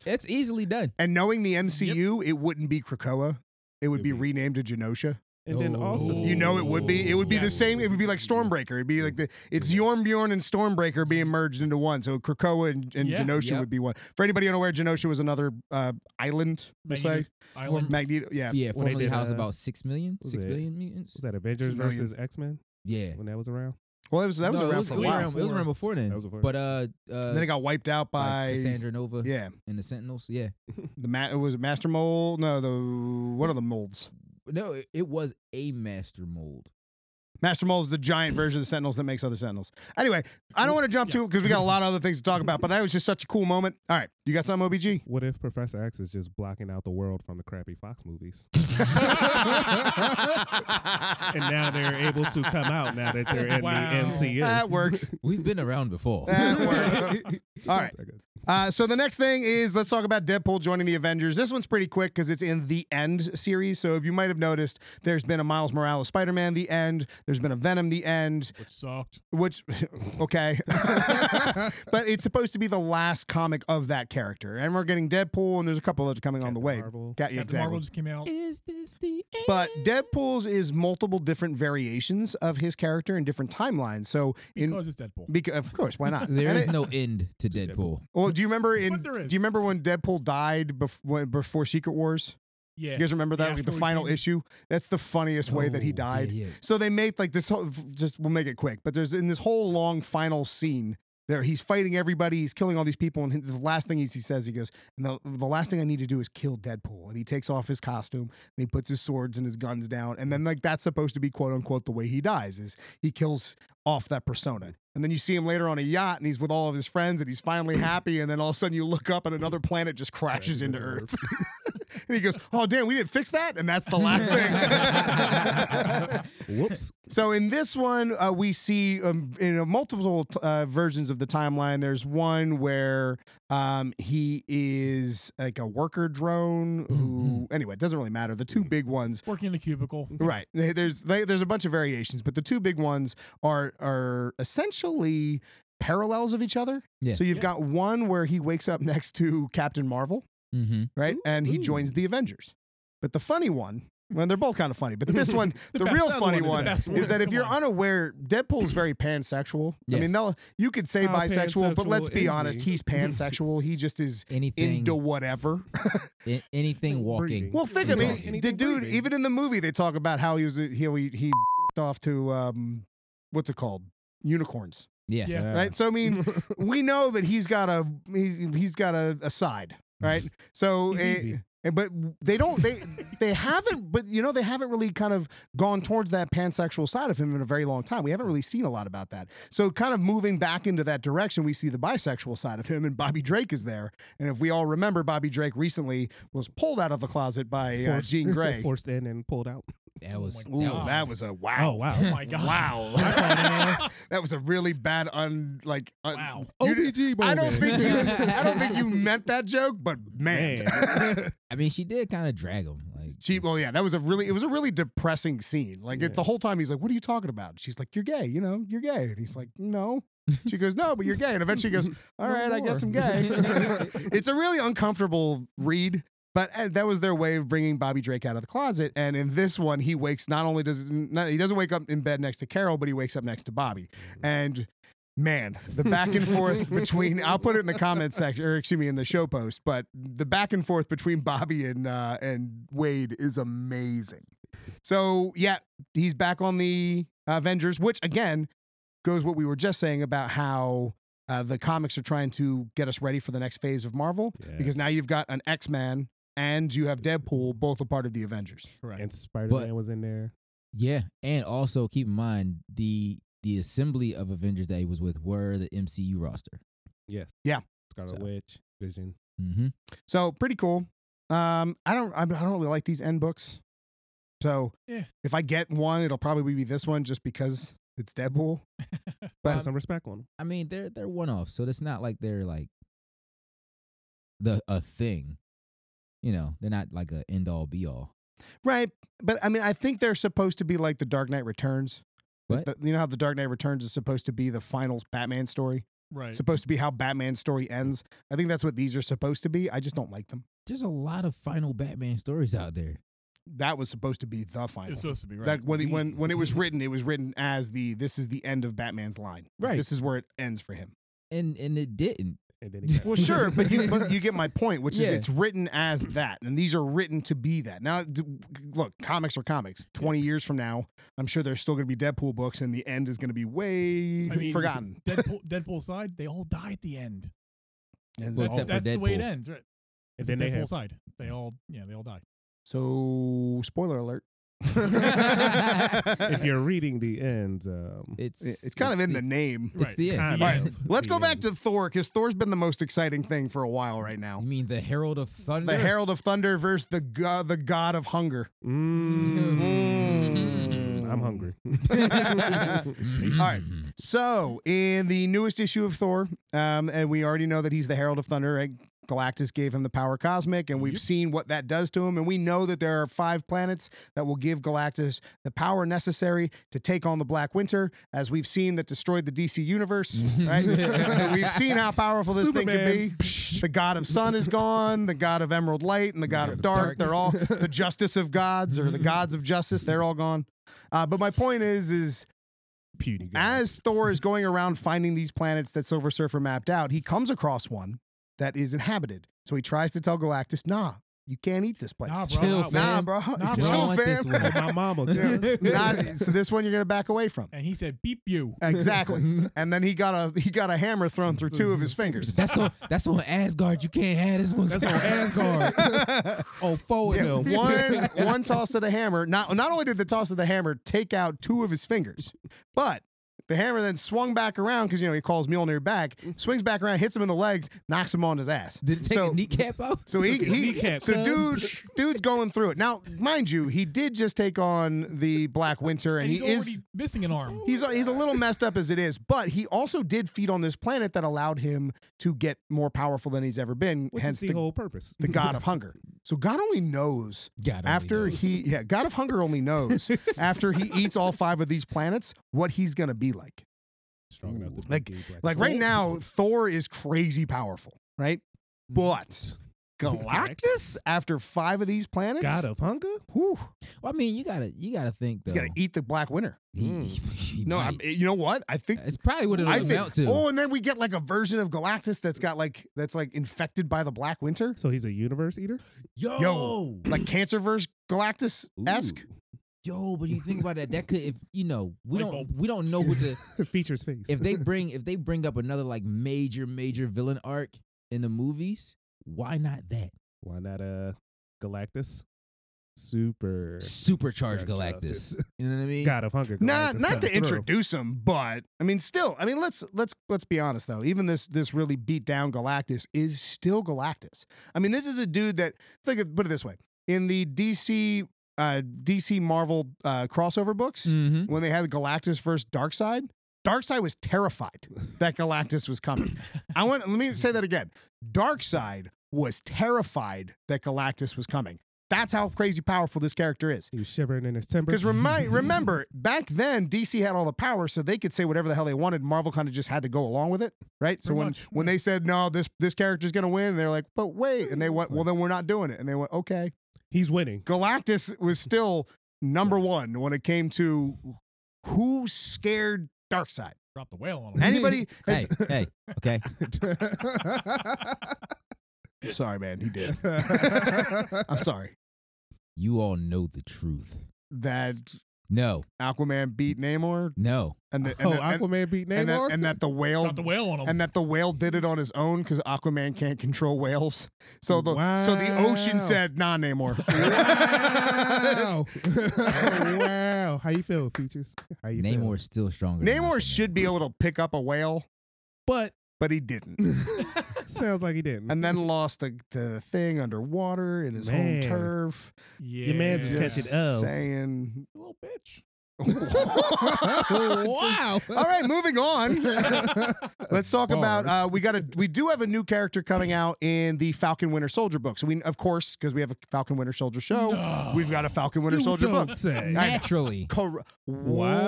[SPEAKER 5] it's easily done.
[SPEAKER 4] and knowing the MCU, it wouldn't be Krakoa. It would
[SPEAKER 7] It'd
[SPEAKER 4] be
[SPEAKER 7] be-
[SPEAKER 4] renamed to Genosha.
[SPEAKER 7] And then also,
[SPEAKER 4] You know, it would be. It would be
[SPEAKER 7] Yeah.
[SPEAKER 5] Oh.
[SPEAKER 4] the same. It would be like Stormbreaker. It'd be like the. It's Bjorn and Stormbreaker being merged into one. So Krakoa and, and
[SPEAKER 6] Yeah.
[SPEAKER 4] Genosha
[SPEAKER 5] Yep.
[SPEAKER 4] would be one. For anybody unaware, Genosha was another uh, island. Per se.
[SPEAKER 6] Magneto's Island.
[SPEAKER 4] Magneto. Yeah.
[SPEAKER 5] Yeah,
[SPEAKER 7] When they
[SPEAKER 5] formerly
[SPEAKER 7] did,
[SPEAKER 5] housed
[SPEAKER 7] uh,
[SPEAKER 5] about six million,
[SPEAKER 7] was
[SPEAKER 5] six
[SPEAKER 7] it-
[SPEAKER 5] billion mutants.
[SPEAKER 7] was that Avengers
[SPEAKER 4] It's a million.
[SPEAKER 7] versus X Men
[SPEAKER 5] Yeah,
[SPEAKER 7] when that was around?
[SPEAKER 4] Well, that was that was
[SPEAKER 5] No, it
[SPEAKER 4] around for
[SPEAKER 5] it
[SPEAKER 4] a
[SPEAKER 5] was
[SPEAKER 4] while.
[SPEAKER 5] Around, it was around before then.
[SPEAKER 7] That was before.
[SPEAKER 5] But uh, uh
[SPEAKER 4] And then it got wiped out by.
[SPEAKER 5] like Cassandra Nova
[SPEAKER 4] yeah.
[SPEAKER 5] and the Sentinels. Yeah,
[SPEAKER 4] The ma- it was Master Mold. No, the one of the molds.
[SPEAKER 5] no, it, it was a master mold.
[SPEAKER 4] Master Mold is the giant version of the Sentinels that makes other Sentinels. Anyway, I don't want to jump
[SPEAKER 6] Yeah.
[SPEAKER 4] to because we got a lot of other things to talk about. But that was just such a cool moment. All right, you got something, OBG?
[SPEAKER 7] What if Professor X is just blocking out the world from the crappy Fox movies? and now they're able to come out now that they're in
[SPEAKER 6] Wow.
[SPEAKER 7] the MCU.
[SPEAKER 4] That works.
[SPEAKER 5] We've been around before.
[SPEAKER 4] That All right. Uh, so the next thing is let's talk about Deadpool joining the Avengers. This one's pretty quick because it's in the End series. So if you might have noticed, there's been a Miles Morales Spider-Man the End. There's been a Venom the End,
[SPEAKER 6] Which sucked.
[SPEAKER 4] which okay, but it's supposed to be the last comic of that character, and we're getting Deadpool, and there's a couple others coming on the
[SPEAKER 7] Captain
[SPEAKER 4] way.
[SPEAKER 7] Marvel.
[SPEAKER 4] Cat- yeah,
[SPEAKER 6] Captain Marvel just came out.
[SPEAKER 5] Is this the end?
[SPEAKER 4] But Deadpool's is multiple different variations of his character in different timelines. So in
[SPEAKER 6] Because it's Deadpool.
[SPEAKER 4] because of course, why not?
[SPEAKER 5] Ah, there
[SPEAKER 4] And
[SPEAKER 5] is
[SPEAKER 4] it-
[SPEAKER 5] no end to Deadpool.
[SPEAKER 4] Well, do you remember in?
[SPEAKER 6] But
[SPEAKER 4] Do
[SPEAKER 6] there
[SPEAKER 4] you
[SPEAKER 6] is.
[SPEAKER 4] remember when Deadpool died bef- when, before Secret Wars?
[SPEAKER 6] yeah.
[SPEAKER 4] You guys remember that
[SPEAKER 6] Yeah,
[SPEAKER 4] like the
[SPEAKER 6] after we
[SPEAKER 4] final
[SPEAKER 6] came-
[SPEAKER 4] issue? That's the funniest way that he
[SPEAKER 5] Oh,
[SPEAKER 4] died.
[SPEAKER 5] Yeah, yeah.
[SPEAKER 4] So they made like this whole just we'll make it quick, but there's in this whole long final scene there he's fighting everybody, he's killing all these people, and the last thing he, he says, he goes, and the, the last thing I need to do is kill Deadpool. And he takes off his costume and he puts his swords and his guns down. And then like that's supposed to be quote unquote the way he dies, is he kills off that persona. And then you see him later on a yacht and he's with all of his friends and he's finally happy. And then all of a sudden you look up and another planet just crashes into Earth. and he goes, Oh damn, we didn't fix that? And that's the last thing.
[SPEAKER 7] Whoops.
[SPEAKER 4] So in this one, uh, we see um, in a multiple uh, versions of the timeline. There's one where um, he is like a worker drone. Who anyway, it doesn't really matter. The two big ones
[SPEAKER 6] Working in the cubicle.
[SPEAKER 4] Right. They- There's they, there's a bunch of variations, but the two big ones are are essentially parallels of each other.
[SPEAKER 5] Yeah.
[SPEAKER 4] So you've
[SPEAKER 6] Yeah.
[SPEAKER 4] got one where he wakes up next to Captain Marvel,
[SPEAKER 5] Mm-hmm.
[SPEAKER 4] right? and he
[SPEAKER 7] Ooh.
[SPEAKER 4] joins the Avengers. But the funny one, well, they're both kind of funny, but this one, the,
[SPEAKER 6] The best
[SPEAKER 4] real
[SPEAKER 6] other
[SPEAKER 4] funny
[SPEAKER 6] one is the
[SPEAKER 4] one, is,
[SPEAKER 6] best one.
[SPEAKER 4] that if
[SPEAKER 6] Come
[SPEAKER 4] you're
[SPEAKER 6] on.
[SPEAKER 4] unaware, Deadpool's very pansexual. I mean,
[SPEAKER 5] Yes.
[SPEAKER 4] they'll- you could say
[SPEAKER 7] How
[SPEAKER 4] bisexual, but let's
[SPEAKER 7] pansexual
[SPEAKER 4] be
[SPEAKER 7] is
[SPEAKER 4] honest,
[SPEAKER 7] he?
[SPEAKER 4] he's pansexual. he just is
[SPEAKER 5] Anything,
[SPEAKER 4] into whatever.
[SPEAKER 5] a- anything walking.
[SPEAKER 7] breathing.
[SPEAKER 4] Well, think I
[SPEAKER 5] Yeah.
[SPEAKER 4] mean,
[SPEAKER 7] Anything
[SPEAKER 4] the dude.
[SPEAKER 7] breathing.
[SPEAKER 4] Even in the movie, they talk about how he was he he, he off to um, what's it called? Unicorns,
[SPEAKER 5] Yes.
[SPEAKER 6] Yeah.
[SPEAKER 4] right? So I mean, we know that he's got a he's, he's got a, a side, right? So,
[SPEAKER 7] He's
[SPEAKER 4] eh,
[SPEAKER 7] easy.
[SPEAKER 4] eh, but they don't they they haven't, but you know, they haven't really kind of gone towards that pansexual side of him in a very long time. We haven't really seen a lot about that. So, kind of moving back into that direction, we see the bisexual side of him, and Bobby Drake is there. And if we all remember, Bobby Drake recently was pulled out of the closet by uh,
[SPEAKER 7] Forced-
[SPEAKER 4] Jean Grey.
[SPEAKER 7] Forced in and pulled out.
[SPEAKER 5] That was.
[SPEAKER 6] my
[SPEAKER 4] Ooh,
[SPEAKER 6] God.
[SPEAKER 4] that was a
[SPEAKER 7] Oh,
[SPEAKER 4] wow.
[SPEAKER 7] wow.
[SPEAKER 6] Oh my god.
[SPEAKER 4] Wow. that was a really bad un like un-
[SPEAKER 6] Wow.
[SPEAKER 4] you di-
[SPEAKER 7] OBG
[SPEAKER 4] I don't think you
[SPEAKER 5] moment.
[SPEAKER 4] I don't think you meant that joke, but man.
[SPEAKER 5] I mean, she did kind of drag him. Like
[SPEAKER 4] She
[SPEAKER 5] just-
[SPEAKER 4] well yeah, that was a really it was a really depressing scene. Like it,
[SPEAKER 7] Yeah.
[SPEAKER 4] the whole time he's like, "What are you talking about?" And she's like, "You're gay, you know, you're gay." And he's like, "No." She goes, "No, but you're gay." And eventually he goes, "All
[SPEAKER 7] No
[SPEAKER 4] right, I guess I'm
[SPEAKER 7] more."
[SPEAKER 4] gay." it's a really uncomfortable read, but uh, that was their way of bringing Bobby Drake out of the closet. And in this one, he wakes not only does not, he doesn't wake up in bed next to Carol, but he wakes up next to Bobby.
[SPEAKER 7] Mm-hmm.
[SPEAKER 4] And man, the back and forth between I'll put it in the comment section or excuse me in the show post, but the back and forth between Bobby and uh, and Wade is amazing. So yeah, he's back on the Avengers, which again goes what we were just saying about how uh, the comics are trying to get us ready for the next phase of Marvel because now
[SPEAKER 7] Yes.
[SPEAKER 4] you've got an X Man and you have Deadpool, both a part of the Avengers.
[SPEAKER 6] Correct.
[SPEAKER 7] And Spider Man was in there.
[SPEAKER 5] Yeah, and also keep in mind the the assembly of Avengers that he was with were the MCU roster.
[SPEAKER 7] Yes.
[SPEAKER 4] Yeah.
[SPEAKER 7] Scarlet
[SPEAKER 5] So-
[SPEAKER 7] Witch, Vision.
[SPEAKER 5] Mm-hmm.
[SPEAKER 4] So pretty cool. Um, I don't, I don't really like these end books. So
[SPEAKER 6] Yeah.
[SPEAKER 4] if I get one, it'll probably be this one just because it's Deadpool.
[SPEAKER 7] Put
[SPEAKER 4] Um,
[SPEAKER 7] some respect on them.
[SPEAKER 5] I mean, they're they're one off, so it's not like they're like the a thing. You know, they're not like a end all be all.
[SPEAKER 4] Right. But I mean, I think they're supposed to be like the Dark Knight Returns.
[SPEAKER 5] What?
[SPEAKER 4] The- you know how the Dark Knight Returns is supposed to be the final Batman story?
[SPEAKER 6] Right.
[SPEAKER 4] Supposed to be how Batman's story ends. I think that's what these are supposed to be. I just don't like them.
[SPEAKER 5] There's a lot of final Batman stories out there.
[SPEAKER 4] That was supposed to be the
[SPEAKER 6] It
[SPEAKER 4] final.
[SPEAKER 6] was supposed to be right.
[SPEAKER 4] Like when he,
[SPEAKER 6] The-
[SPEAKER 4] when when it was written, it was written as the this is the end of Batman's line. Like,
[SPEAKER 5] Right.
[SPEAKER 4] This is where it ends for him.
[SPEAKER 5] And and it didn't.
[SPEAKER 7] And then he got
[SPEAKER 4] Well, sure, but you but you get my point, which
[SPEAKER 5] Yeah.
[SPEAKER 4] is it's written as that, and these are written to be that. Now, d- look, comics are comics. Twenty years from now, I'm sure there's still going to be Deadpool books, and the end is going to be way
[SPEAKER 6] I mean,
[SPEAKER 4] forgotten.
[SPEAKER 6] Deadpool, Deadpool side, they all die at the end.
[SPEAKER 4] And
[SPEAKER 5] Well,
[SPEAKER 6] That's,
[SPEAKER 4] that's
[SPEAKER 5] except for
[SPEAKER 6] that's the way it
[SPEAKER 5] Deadpool.
[SPEAKER 6] ends. Right.
[SPEAKER 7] And then they
[SPEAKER 6] Deadpool
[SPEAKER 7] have
[SPEAKER 6] side, they all yeah, they all die.
[SPEAKER 4] so, spoiler alert.
[SPEAKER 7] if you're reading the end, um,
[SPEAKER 5] It's
[SPEAKER 4] It- it's kind of in the name.
[SPEAKER 5] It's
[SPEAKER 6] Right,
[SPEAKER 5] the end.
[SPEAKER 7] kind
[SPEAKER 5] yeah.
[SPEAKER 7] of.
[SPEAKER 4] Let's go
[SPEAKER 7] the
[SPEAKER 4] back
[SPEAKER 7] end.
[SPEAKER 4] to Thor because Thor's been the most exciting thing for a while right now.
[SPEAKER 5] You mean the Herald of Thunder?
[SPEAKER 4] The Herald of Thunder versus the go- the God of Hunger.
[SPEAKER 7] Mm, Mm-hmm. I'm hungry.
[SPEAKER 4] All right. So, in the newest issue of Thor, um, and we already know that he's the Herald of Thunder, right? Galactus gave him the power cosmic, and we've seen what that does to him. And we know that there are five planets that will give Galactus the power necessary to take on the Black Winter, as we've seen that destroyed the DC universe. Right? so we've seen how powerful this thing can be. The God of Sun is gone. The God of Emerald Light and the God of Dark.
[SPEAKER 5] Dark.
[SPEAKER 4] They're all the Justice of Gods or the Gods of Justice. They're all gone. Uh, but my point is, is
[SPEAKER 7] Puny guy.
[SPEAKER 4] as Thor is going around finding these planets that Silver Surfer mapped out, he comes across one that is inhabited. So he tries to tell Galactus, nah, you can't eat this place.
[SPEAKER 6] Nah, bro.
[SPEAKER 5] Chill,
[SPEAKER 6] I-
[SPEAKER 5] fam.
[SPEAKER 4] Nah, bro.
[SPEAKER 6] Nah,
[SPEAKER 5] bro, I
[SPEAKER 4] Chill,
[SPEAKER 5] want this
[SPEAKER 4] fam.
[SPEAKER 5] one.
[SPEAKER 7] my mama.
[SPEAKER 4] Yeah.
[SPEAKER 7] does.
[SPEAKER 4] Nah, so this one you're gonna back away from.
[SPEAKER 6] And he said, "Beep you."
[SPEAKER 4] Exactly. And then he got a he got a hammer thrown through two of his fingers.
[SPEAKER 5] That's on that's on Asgard. You can't have this one.
[SPEAKER 7] That's on Asgard. on four
[SPEAKER 4] Yeah,
[SPEAKER 7] of them.
[SPEAKER 4] one one toss of the hammer. Not not only did the toss of the hammer take out two of his fingers, but the hammer then swung back around because you know he calls Mjolnir back, swings back around, hits him in the legs, knocks him on his ass.
[SPEAKER 5] Did it take
[SPEAKER 4] so,
[SPEAKER 5] a kneecap out?
[SPEAKER 4] so he, he
[SPEAKER 7] Kneecap,
[SPEAKER 4] so
[SPEAKER 7] cuz.
[SPEAKER 4] dude dude's going through it now. Mind you, he did just take on the Black Winter, and,
[SPEAKER 6] And he's
[SPEAKER 4] he
[SPEAKER 6] already
[SPEAKER 4] is.
[SPEAKER 6] missing an arm.
[SPEAKER 4] He's, a- he's a little messed up as it is, but he also did feed on this planet that allowed him to get more powerful than he's ever been.
[SPEAKER 7] Which
[SPEAKER 4] hence
[SPEAKER 7] is the, whole purpose.
[SPEAKER 4] the god of hunger. So God only knows
[SPEAKER 5] God only
[SPEAKER 4] after
[SPEAKER 5] knows.
[SPEAKER 4] he yeah, God of hunger only knows after he eats all five of these planets what he's going to be like.
[SPEAKER 7] Strong enough to
[SPEAKER 4] Like-
[SPEAKER 7] be gay black
[SPEAKER 4] Like right now Thor is crazy powerful, right? But Galactus after 5 of these planets
[SPEAKER 7] God of hunger.
[SPEAKER 4] whew,
[SPEAKER 5] Well, I mean, you gotta you gotta think though.
[SPEAKER 4] he's going to eat the black winter.
[SPEAKER 5] He- he- he
[SPEAKER 4] No, I,
[SPEAKER 5] might.
[SPEAKER 4] you know what? I think
[SPEAKER 5] it's probably what it'll
[SPEAKER 4] I
[SPEAKER 5] amount
[SPEAKER 4] think
[SPEAKER 5] to.
[SPEAKER 4] Oh, and then we get like a version of Galactus that's got like that's like infected by the black winter.
[SPEAKER 7] So he's a universe eater.
[SPEAKER 5] yo,
[SPEAKER 4] yo.
[SPEAKER 5] yo,
[SPEAKER 4] Like Cancerverse Galactus esque.
[SPEAKER 5] but you think about that. That could, if you know, we
[SPEAKER 6] Light
[SPEAKER 5] don't
[SPEAKER 4] oh.
[SPEAKER 6] bulb.
[SPEAKER 5] we don't know what the
[SPEAKER 7] Ooh. Features face.
[SPEAKER 5] if they bring if they bring up another like major major villain arc in the movies. Why not that
[SPEAKER 7] Why not a Galactus? Super
[SPEAKER 5] supercharge
[SPEAKER 7] Charge
[SPEAKER 5] Galactus? You know what I mean?
[SPEAKER 7] God of hunger.
[SPEAKER 4] not
[SPEAKER 7] Galactus
[SPEAKER 4] not to
[SPEAKER 7] coming through.
[SPEAKER 4] introduce him, but I mean, still, I mean, let's let's let's be honest though. Even this this really beat down Galactus is still Galactus. I mean, this is a dude that think of, put it this way: in the DC uh, DC Marvel uh, crossover books,
[SPEAKER 5] Mm-hmm.
[SPEAKER 4] when they had Galactus versus Darkseid, Darkseid was terrified that Galactus was coming. I want let me say that again. Darkseid was terrified that Galactus was coming. That's how crazy powerful this character is.
[SPEAKER 7] He was shivering in his timbers.
[SPEAKER 4] Because remi- remember, back then DC had all the power, so they could say whatever the hell they wanted. Marvel kind of just had to go along with it, right? so
[SPEAKER 6] Pretty
[SPEAKER 4] when
[SPEAKER 6] much,
[SPEAKER 4] when they said no, this this character's gonna win, and they're like, but wait, and they went, well, then we're not doing it, and they went, okay.
[SPEAKER 7] he's winning.
[SPEAKER 4] Galactus was still number one when it came to who scared Darkseid.
[SPEAKER 6] Drop the whale on him.
[SPEAKER 4] Anybody?
[SPEAKER 5] Hey, hey, okay.
[SPEAKER 7] Oh,
[SPEAKER 4] sorry, man, he did. I'm
[SPEAKER 7] That's
[SPEAKER 4] sorry.
[SPEAKER 5] You all know the truth.
[SPEAKER 4] That
[SPEAKER 5] No,
[SPEAKER 4] Aquaman beat Namor,
[SPEAKER 5] no.
[SPEAKER 4] and the, and,
[SPEAKER 7] oh,
[SPEAKER 4] the- and-
[SPEAKER 7] Aquaman beat Namor.
[SPEAKER 4] and that, and that the whale
[SPEAKER 6] Got the whale
[SPEAKER 7] Oh.
[SPEAKER 6] on him.
[SPEAKER 4] and that the whale did it on his own because Aquaman can't control whales. So the so the ocean
[SPEAKER 7] Wow.
[SPEAKER 4] said, "Nah, Namor."
[SPEAKER 7] wow. Oh, wow. How you feel, features? How you feel?
[SPEAKER 5] Namor's still stronger. than
[SPEAKER 4] Namor
[SPEAKER 5] Aquaman.
[SPEAKER 4] should be able to pick up a whale,
[SPEAKER 7] But
[SPEAKER 4] but he didn't,
[SPEAKER 7] sounds like he didn't.
[SPEAKER 4] and then lost the, the thing underwater in his home
[SPEAKER 7] Man.
[SPEAKER 4] turf.
[SPEAKER 6] yeah.
[SPEAKER 7] your man's is
[SPEAKER 4] Just
[SPEAKER 7] catching L's.
[SPEAKER 4] Saying,
[SPEAKER 6] Little bitch.
[SPEAKER 7] wow.
[SPEAKER 4] All right, moving on. Let's talk about. Uh, we got a. We do have a new character coming out in the Falcon Winter Soldier book. So we, of course, because we have a Falcon Winter Soldier show, we've got a Falcon Winter
[SPEAKER 7] You
[SPEAKER 4] Soldier
[SPEAKER 7] don't
[SPEAKER 4] book.
[SPEAKER 7] say.
[SPEAKER 4] I-
[SPEAKER 5] naturally.
[SPEAKER 4] Cor-
[SPEAKER 7] Wow.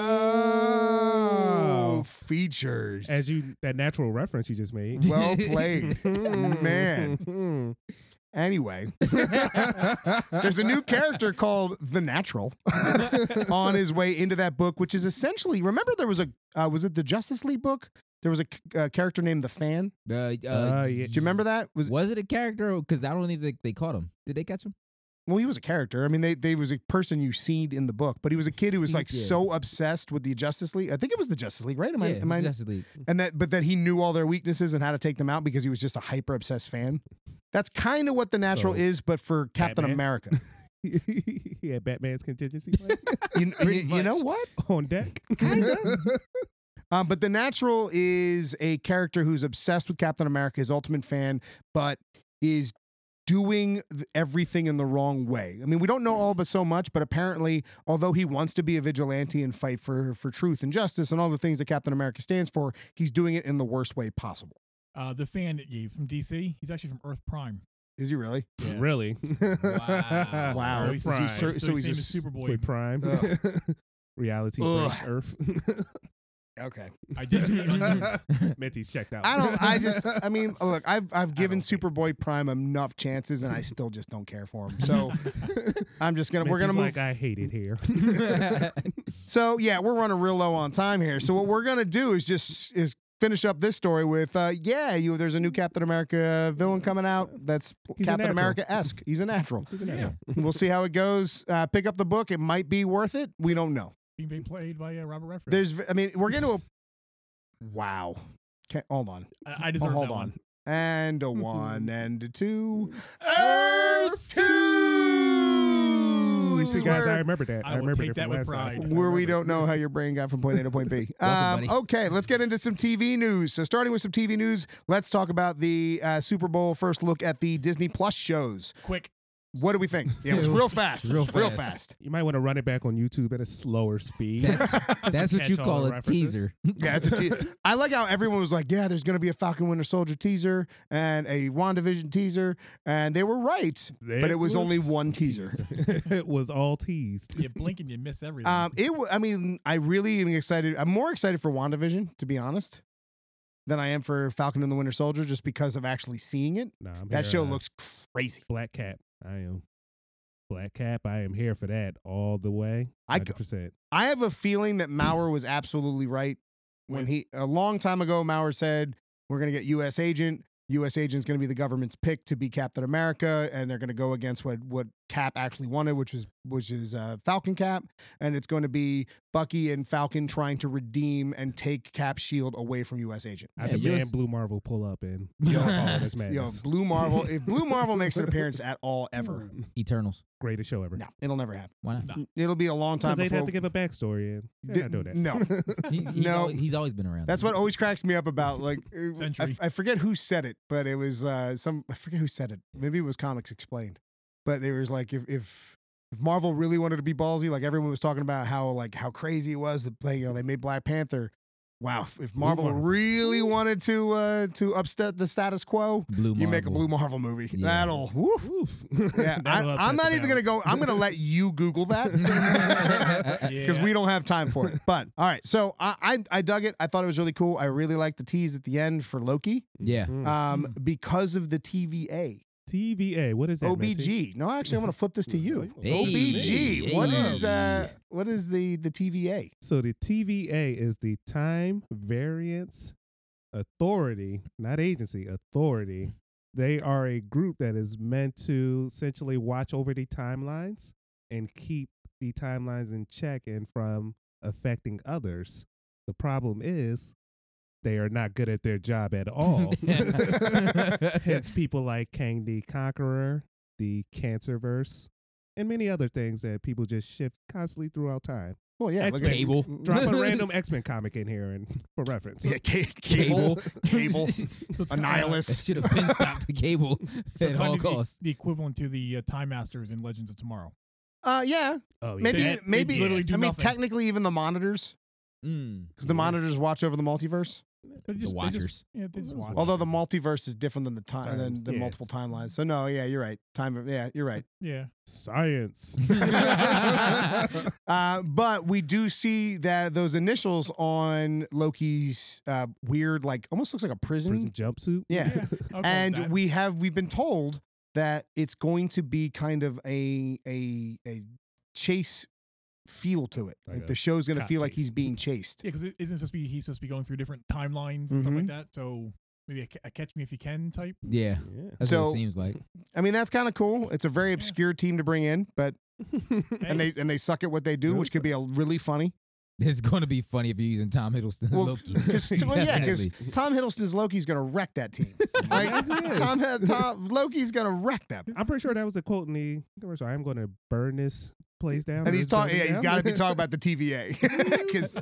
[SPEAKER 4] Whoa, Features.
[SPEAKER 7] As you that natural reference you just made.
[SPEAKER 4] well played, man.
[SPEAKER 7] Mm.
[SPEAKER 4] Anyway, there's a new character called the Natural on his way into that book, which is essentially. Remember, there was a. Uh, was it the Justice League book? There was a c- uh, character named the Fan.
[SPEAKER 5] Uh, uh,
[SPEAKER 7] Uh, yeah.
[SPEAKER 4] Do you remember that? Was
[SPEAKER 5] Was it a character? Because I don't even think they caught him. Did they catch him?
[SPEAKER 4] well, he was a character. I mean, they they was a person you seen in the book, but he was a kid who was
[SPEAKER 5] Seen,
[SPEAKER 4] like
[SPEAKER 5] yeah.
[SPEAKER 4] so obsessed with the Justice League. I think it was the Justice League, right? Am I?
[SPEAKER 5] yeah,
[SPEAKER 4] Am I
[SPEAKER 5] Justice League.
[SPEAKER 4] and that, but that he knew all their weaknesses and how to take them out because he was just a hyper obsessed fan. That's kind of what the natural
[SPEAKER 7] So,
[SPEAKER 4] is, but for Captain
[SPEAKER 7] Batman?
[SPEAKER 4] America.
[SPEAKER 7] he had Batman's contingency plan
[SPEAKER 4] You, you-
[SPEAKER 5] Pretty
[SPEAKER 4] you know
[SPEAKER 5] much.
[SPEAKER 4] what?
[SPEAKER 7] on deck.
[SPEAKER 4] Um, but the natural is a character who's obsessed with Captain America, his ultimate fan, but is doing th- everything in the wrong way. I mean, we don't know all but so much, but apparently, although he wants to be a vigilante and fight for for truth and justice and all the things that Captain America stands for, he's doing it in the worst way possible.
[SPEAKER 6] Uh, the fan that you from DC. He's actually from Earth Prime.
[SPEAKER 4] Is he really?
[SPEAKER 6] Yeah.
[SPEAKER 7] Really?
[SPEAKER 5] Wow.
[SPEAKER 4] Wow.
[SPEAKER 6] So
[SPEAKER 7] Earth
[SPEAKER 6] he's,
[SPEAKER 7] Prime.
[SPEAKER 6] he's, so,
[SPEAKER 4] So
[SPEAKER 6] he's
[SPEAKER 4] he's
[SPEAKER 6] same
[SPEAKER 4] a
[SPEAKER 6] as
[SPEAKER 7] That's way
[SPEAKER 6] Superboy.
[SPEAKER 7] prime. Reality
[SPEAKER 4] Ugh.
[SPEAKER 7] breaks Earth.
[SPEAKER 4] Okay.
[SPEAKER 6] I did. read on the-
[SPEAKER 7] Menti's checked out.
[SPEAKER 4] I don't. I just. I mean, look. I've I've given
[SPEAKER 7] don't think-
[SPEAKER 4] Superboy Prime enough chances, and I still just don't care for him. So I'm just gonna. We're gonna move.
[SPEAKER 7] Menti's Like I hate it here.
[SPEAKER 4] So yeah, we're running real low on time here. So what we're gonna do is just is finish up this story with uh yeah you there's a new Captain America villain coming out that's
[SPEAKER 7] He's a
[SPEAKER 4] Captain
[SPEAKER 7] natural.
[SPEAKER 4] America esque. He's a natural.
[SPEAKER 7] He's an asshole.
[SPEAKER 4] we'll see how it goes. Uh, pick up the book. It might be worth it. We don't know.
[SPEAKER 6] being played by uh, Robert Redford.
[SPEAKER 4] There's. I mean, we're getting to a. Wow. Okay, hold on.
[SPEAKER 6] I, I
[SPEAKER 4] Oh,
[SPEAKER 6] deserve
[SPEAKER 4] hold
[SPEAKER 6] that
[SPEAKER 4] on.
[SPEAKER 6] one.
[SPEAKER 4] And a one and a two.
[SPEAKER 6] Earth
[SPEAKER 4] two.
[SPEAKER 7] See, guys, I remember that.
[SPEAKER 6] I
[SPEAKER 7] I,
[SPEAKER 6] will
[SPEAKER 7] remember
[SPEAKER 6] take
[SPEAKER 7] it from
[SPEAKER 6] that with
[SPEAKER 7] last time.
[SPEAKER 6] pride.
[SPEAKER 4] where we don't know how your brain got from point A to point B.
[SPEAKER 5] Welcome,
[SPEAKER 4] Um,
[SPEAKER 5] buddy.
[SPEAKER 4] okay, let's get into some TV news. So, starting with some TV news, let's talk about the uh, Super Bowl first look at the Disney Plus shows.
[SPEAKER 6] Quick.
[SPEAKER 4] What do we think? Yeah, it was
[SPEAKER 5] It
[SPEAKER 4] real
[SPEAKER 5] was
[SPEAKER 4] fast.
[SPEAKER 5] real
[SPEAKER 4] It was real
[SPEAKER 5] fast.
[SPEAKER 4] fast.
[SPEAKER 7] You might want to run it back on YouTube at a slower speed.
[SPEAKER 5] That's, that's what you
[SPEAKER 7] catch all
[SPEAKER 5] call a
[SPEAKER 7] the references.
[SPEAKER 5] teaser.
[SPEAKER 4] Yeah, it's a te- I like how everyone was like, "Yeah, there's going to be a Falcon Winter Soldier teaser and a WandaVision teaser," and they were right, but it was, only one teaser.
[SPEAKER 7] it was all teased.
[SPEAKER 6] You blink and you miss everything.
[SPEAKER 4] Um, it. W- I mean, I really am excited. I'm more excited for WandaVision, to be honest, than I am for Falcon and the Winter Soldier, just because of actually seeing it.
[SPEAKER 7] Nah, I'm
[SPEAKER 4] That
[SPEAKER 7] here,
[SPEAKER 4] show
[SPEAKER 7] uh,
[SPEAKER 4] looks crazy.
[SPEAKER 7] Black Cap. I am Black Cap. I am here for that all the way.
[SPEAKER 4] I c-
[SPEAKER 7] 100%.
[SPEAKER 4] I have a feeling that Maurer was absolutely right when
[SPEAKER 6] With-
[SPEAKER 4] he a long time ago. Maurer said we're going to get U.S. agent. U.S. agent's going to be the government's pick to be Captain America, and they're going to go against what what Cap actually wanted, which is which is uh, Falcon Cap, and it's going to be Bucky and Falcon trying to redeem and take Cap's shield away from U.S. agent.
[SPEAKER 7] I
[SPEAKER 5] Yeah,
[SPEAKER 7] demand
[SPEAKER 5] US
[SPEAKER 7] Blue Marvel pull up and y'all follow this
[SPEAKER 4] Yo,
[SPEAKER 7] madness.
[SPEAKER 4] Blue Marvel. If Blue Marvel makes an appearance at all ever,
[SPEAKER 5] Eternals.
[SPEAKER 7] Greatest show ever.
[SPEAKER 4] no, it'll never happen.
[SPEAKER 5] Why not?
[SPEAKER 6] Nah.
[SPEAKER 4] It'll be a long time
[SPEAKER 7] Because they'd
[SPEAKER 4] before.
[SPEAKER 7] have to give a backstory in. They're not
[SPEAKER 4] Di-
[SPEAKER 7] doing that.
[SPEAKER 4] No,
[SPEAKER 5] He- he's,
[SPEAKER 4] No.
[SPEAKER 5] always, he's always been around.
[SPEAKER 4] that's what always cracks me up about like uh, I,
[SPEAKER 6] Century.
[SPEAKER 4] I forget who said it, but it was uh, some I forget who said it. Maybe it was Comics Explained, but there was like if if. If Marvel really wanted to be ballsy, like everyone was talking about how like how crazy it was that play, you know, they made Black Panther. Wow, if- if Marvel
[SPEAKER 7] Marvel.
[SPEAKER 4] really wanted to uh to upset the status quo,
[SPEAKER 5] Blue Marvel.
[SPEAKER 4] you make a Blue Marvel movie.
[SPEAKER 5] Yeah.
[SPEAKER 4] That'll woo, Yeah, I,
[SPEAKER 7] That'll
[SPEAKER 4] I'm
[SPEAKER 7] upset
[SPEAKER 4] not
[SPEAKER 7] the
[SPEAKER 4] even gonna go. I'm gonna let you Google that because
[SPEAKER 6] Yeah.
[SPEAKER 4] we don't have time for it. But all right, so I, I I dug it. I thought it was really cool. I really liked the tease at the end for Loki,
[SPEAKER 5] yeah.
[SPEAKER 6] Hmm.
[SPEAKER 7] Mm.
[SPEAKER 4] um, because of the TVA
[SPEAKER 7] TVA. What is that? Menti?
[SPEAKER 4] OBG. No, actually, I'm gonna flip this to you.
[SPEAKER 5] Hey,
[SPEAKER 4] OBG. What
[SPEAKER 5] hey.
[SPEAKER 4] is uh what is the the TVA?
[SPEAKER 7] So the TVA is the Time Variance Authority, not agency, authority. They are a group that is meant to essentially watch over the timelines and keep the timelines in check and from affecting others. The problem is they are not good at their job at all. Hence, people like Kang the Conqueror, the Cancerverse, and many other things that people just shift constantly throughout time.
[SPEAKER 4] Well, Oh, yeah, look at
[SPEAKER 7] X-Men.
[SPEAKER 5] Cable.
[SPEAKER 7] Drop a random X Men comic in here and for reference.
[SPEAKER 4] Yeah, ca- cable, cable,
[SPEAKER 6] That's
[SPEAKER 4] a
[SPEAKER 6] kinda-
[SPEAKER 5] That
[SPEAKER 4] nihilist.
[SPEAKER 5] should have been stopped to cable
[SPEAKER 6] so
[SPEAKER 5] at
[SPEAKER 6] kind
[SPEAKER 5] all
[SPEAKER 6] of the-
[SPEAKER 5] costs.
[SPEAKER 6] The equivalent to the uh, Time Masters in Legends of Tomorrow.
[SPEAKER 4] Uh, yeah,
[SPEAKER 7] Oh, yeah.
[SPEAKER 4] maybe,
[SPEAKER 6] They- they
[SPEAKER 4] maybe.
[SPEAKER 6] literally do
[SPEAKER 4] I mean,
[SPEAKER 6] nothing.
[SPEAKER 4] technically, even the monitors,
[SPEAKER 5] Mm.
[SPEAKER 4] because the
[SPEAKER 7] Yeah.
[SPEAKER 4] monitors watch over the multiverse.
[SPEAKER 6] They
[SPEAKER 5] The
[SPEAKER 6] just- they just-
[SPEAKER 5] Watchers.
[SPEAKER 6] yeah, they just
[SPEAKER 7] Watch-
[SPEAKER 6] watch.
[SPEAKER 4] Although the multiverse is different than the time than the
[SPEAKER 7] Yeah.
[SPEAKER 4] multiple timelines. So no, yeah, you're right. Time, yeah, you're right.
[SPEAKER 6] Yeah.
[SPEAKER 7] Science.
[SPEAKER 4] Uh, but we do see that those initials on Loki's uh, weird, like almost looks like a prison.
[SPEAKER 7] Prison jumpsuit.
[SPEAKER 4] Yeah.
[SPEAKER 6] I'll go with
[SPEAKER 4] and
[SPEAKER 6] that.
[SPEAKER 4] we have we've been told that it's going to be kind of a a a chase feel to it.
[SPEAKER 7] Like
[SPEAKER 4] Like
[SPEAKER 7] a
[SPEAKER 4] the show's going to
[SPEAKER 7] cop
[SPEAKER 4] feel like
[SPEAKER 7] chase.
[SPEAKER 4] he's being chased.
[SPEAKER 6] Yeah, because isn't it supposed to be he's supposed to be going through different timelines and stuff
[SPEAKER 4] Mm-hmm.
[SPEAKER 6] like that. So maybe a, ca- a catch me if you can type.
[SPEAKER 5] yeah,
[SPEAKER 7] Yeah.
[SPEAKER 5] that's what
[SPEAKER 4] So-
[SPEAKER 5] it seems like.
[SPEAKER 4] I mean, that's kind of cool. It's a very obscure team to bring in, but and they and they suck at what they do,
[SPEAKER 7] Really
[SPEAKER 4] which could be a really funny.
[SPEAKER 5] It's going to be funny if you're using Tom Hiddleston's
[SPEAKER 4] Well,
[SPEAKER 5] Loki.
[SPEAKER 4] Because yeah, because
[SPEAKER 5] Definitely.
[SPEAKER 4] Tom Hiddleston's Loki's going to wreck that team. Like
[SPEAKER 7] Yes, it is.
[SPEAKER 4] Tom, Hid- Tom Loki's going to wreck them.
[SPEAKER 7] I'm pretty sure that was the quote in the commercial. I'm going to burn this place down.
[SPEAKER 4] And
[SPEAKER 7] or
[SPEAKER 4] he's
[SPEAKER 7] this
[SPEAKER 4] talking. Yeah,
[SPEAKER 7] building
[SPEAKER 4] he's
[SPEAKER 7] down."
[SPEAKER 4] got to be talking about the TVA because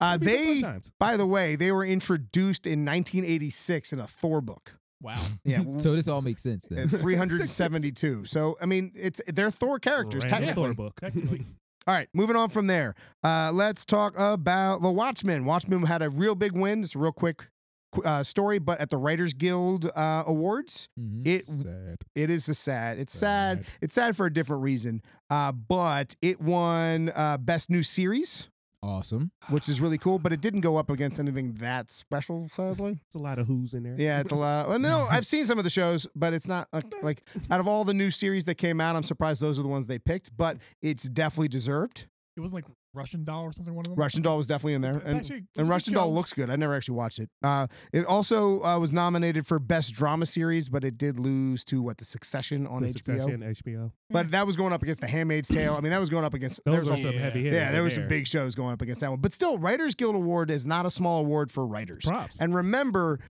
[SPEAKER 4] uh,
[SPEAKER 7] It'd be some fun
[SPEAKER 4] they.
[SPEAKER 7] times.
[SPEAKER 4] By the way, they were introduced in 1986 in a Thor book.
[SPEAKER 6] Wow.
[SPEAKER 4] Yeah,
[SPEAKER 5] so this all makes sense
[SPEAKER 4] at
[SPEAKER 5] then.
[SPEAKER 4] 372. So I mean, it's they're Thor characters
[SPEAKER 7] Random
[SPEAKER 4] technically.
[SPEAKER 7] Thor book.
[SPEAKER 6] Technically.
[SPEAKER 4] All right, moving on from there. Uh, let's talk about the Watchmen. Watchmen had a real big win. It's a real quick qu- uh, story, but at the Writers Guild uh, Awards,
[SPEAKER 5] Mhm.
[SPEAKER 4] it
[SPEAKER 7] Sad.
[SPEAKER 4] it is a sad. It's sad.
[SPEAKER 7] Sad.
[SPEAKER 4] It's sad for a different reason. Uh, but it won uh, best new series,
[SPEAKER 5] awesome.
[SPEAKER 4] which is really cool. But it didn't go up against anything that special, sadly.
[SPEAKER 7] It's a lot of who's in there.
[SPEAKER 4] Yeah, it's a lot. Well, no, I've seen some of the shows, but it's not like, like out of all the new series that came out, I'm surprised those are the ones they picked. But it's definitely deserved.
[SPEAKER 6] It wasn't like Russian doll or something. One of them.
[SPEAKER 4] Russian Doll was definitely in there,
[SPEAKER 6] That's
[SPEAKER 4] and,
[SPEAKER 6] actually- that's a
[SPEAKER 4] and
[SPEAKER 6] good
[SPEAKER 4] Russian Doll
[SPEAKER 6] show.
[SPEAKER 4] looks good. I never actually watched it. Uh, it also uh, was nominated for best drama series, but it did lose to what the Succession on
[SPEAKER 7] The
[SPEAKER 4] HBO.
[SPEAKER 7] Succession, HBO.
[SPEAKER 4] But that was going up against The Handmaid's Tale. I mean, that was going up against. there
[SPEAKER 7] Those
[SPEAKER 4] was
[SPEAKER 7] are
[SPEAKER 4] also-
[SPEAKER 7] some
[SPEAKER 6] yeah.
[SPEAKER 7] heavy
[SPEAKER 6] Yeah,
[SPEAKER 7] hitters.
[SPEAKER 4] yeah, there
[SPEAKER 7] in
[SPEAKER 4] were some big shows going up against that one. But still, Writers Guild Award is not a small award for writers.
[SPEAKER 7] props.
[SPEAKER 4] And remember,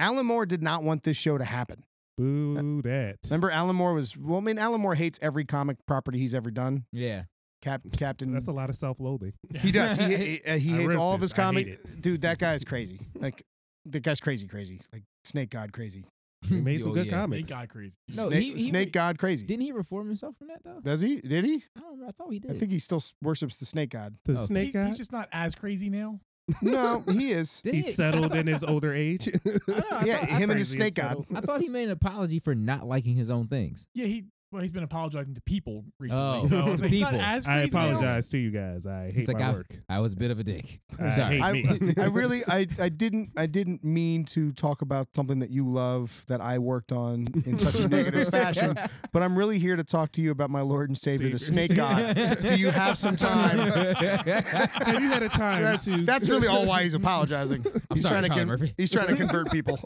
[SPEAKER 4] Alan Moore did not want this show to happen.
[SPEAKER 7] Boo that.
[SPEAKER 4] Remember, Alan Moore was well. I mean, Alan Moore hates every comic property he's ever done.
[SPEAKER 5] Yeah.
[SPEAKER 4] Cap, Captain,
[SPEAKER 7] That's a lot of self-loathing.
[SPEAKER 4] he does. He, he, uh, he
[SPEAKER 7] I
[SPEAKER 4] hates
[SPEAKER 7] wrote
[SPEAKER 4] all of
[SPEAKER 7] this.
[SPEAKER 4] his
[SPEAKER 7] I hate
[SPEAKER 4] comic. Dude, that guy's crazy. Like, the guy's crazy, crazy. Like Snake God, crazy.
[SPEAKER 7] He made some
[SPEAKER 5] Oh,
[SPEAKER 7] good
[SPEAKER 5] yeah.
[SPEAKER 6] They
[SPEAKER 7] comics.
[SPEAKER 6] got crazy.
[SPEAKER 5] No,
[SPEAKER 4] Snake,
[SPEAKER 5] he- he
[SPEAKER 4] Snake
[SPEAKER 5] re-
[SPEAKER 4] God, crazy.
[SPEAKER 5] Didn't he reform himself from that though?
[SPEAKER 4] does he? Did he?
[SPEAKER 5] I don't remember. I thought he did.
[SPEAKER 4] I think he still s- worships the Snake God.
[SPEAKER 7] The
[SPEAKER 5] Oh.
[SPEAKER 7] snake
[SPEAKER 6] He's,
[SPEAKER 7] guy.
[SPEAKER 6] he's just not as crazy now.
[SPEAKER 4] No, he is.
[SPEAKER 5] Didn't
[SPEAKER 7] He's settled in his older age.
[SPEAKER 5] I don't know, I
[SPEAKER 4] yeah,
[SPEAKER 5] thought- I
[SPEAKER 4] him and his
[SPEAKER 7] Crazy
[SPEAKER 4] Snake
[SPEAKER 7] and
[SPEAKER 4] God.
[SPEAKER 5] I thought he made an apology for not liking his own things.
[SPEAKER 6] Yeah, he well, he's been apologizing to people recently.
[SPEAKER 5] Oh,
[SPEAKER 6] so it's like, he's not
[SPEAKER 5] people.
[SPEAKER 6] as
[SPEAKER 7] I
[SPEAKER 6] crazy now.
[SPEAKER 7] apologize to you guys. I hate
[SPEAKER 5] He's like,
[SPEAKER 7] my
[SPEAKER 5] I-
[SPEAKER 7] work.
[SPEAKER 5] I was a bit of a dick.
[SPEAKER 7] I
[SPEAKER 5] sorry.
[SPEAKER 7] hate me.
[SPEAKER 4] I, I really, I, I didn't, I didn't mean to talk about something that you love that I worked on in such a negative fashion. But I'm really here to talk to you about my Lord and Savior, the
[SPEAKER 7] Savior.
[SPEAKER 4] Snake God. Do you have some time?
[SPEAKER 7] Have you had a time
[SPEAKER 4] That's,
[SPEAKER 7] to?
[SPEAKER 4] that's really all why he's apologizing.
[SPEAKER 5] I'm
[SPEAKER 4] he's
[SPEAKER 5] sorry,
[SPEAKER 4] trying to
[SPEAKER 5] Charlie
[SPEAKER 4] con-
[SPEAKER 5] Murphy.
[SPEAKER 4] He's trying to convert people.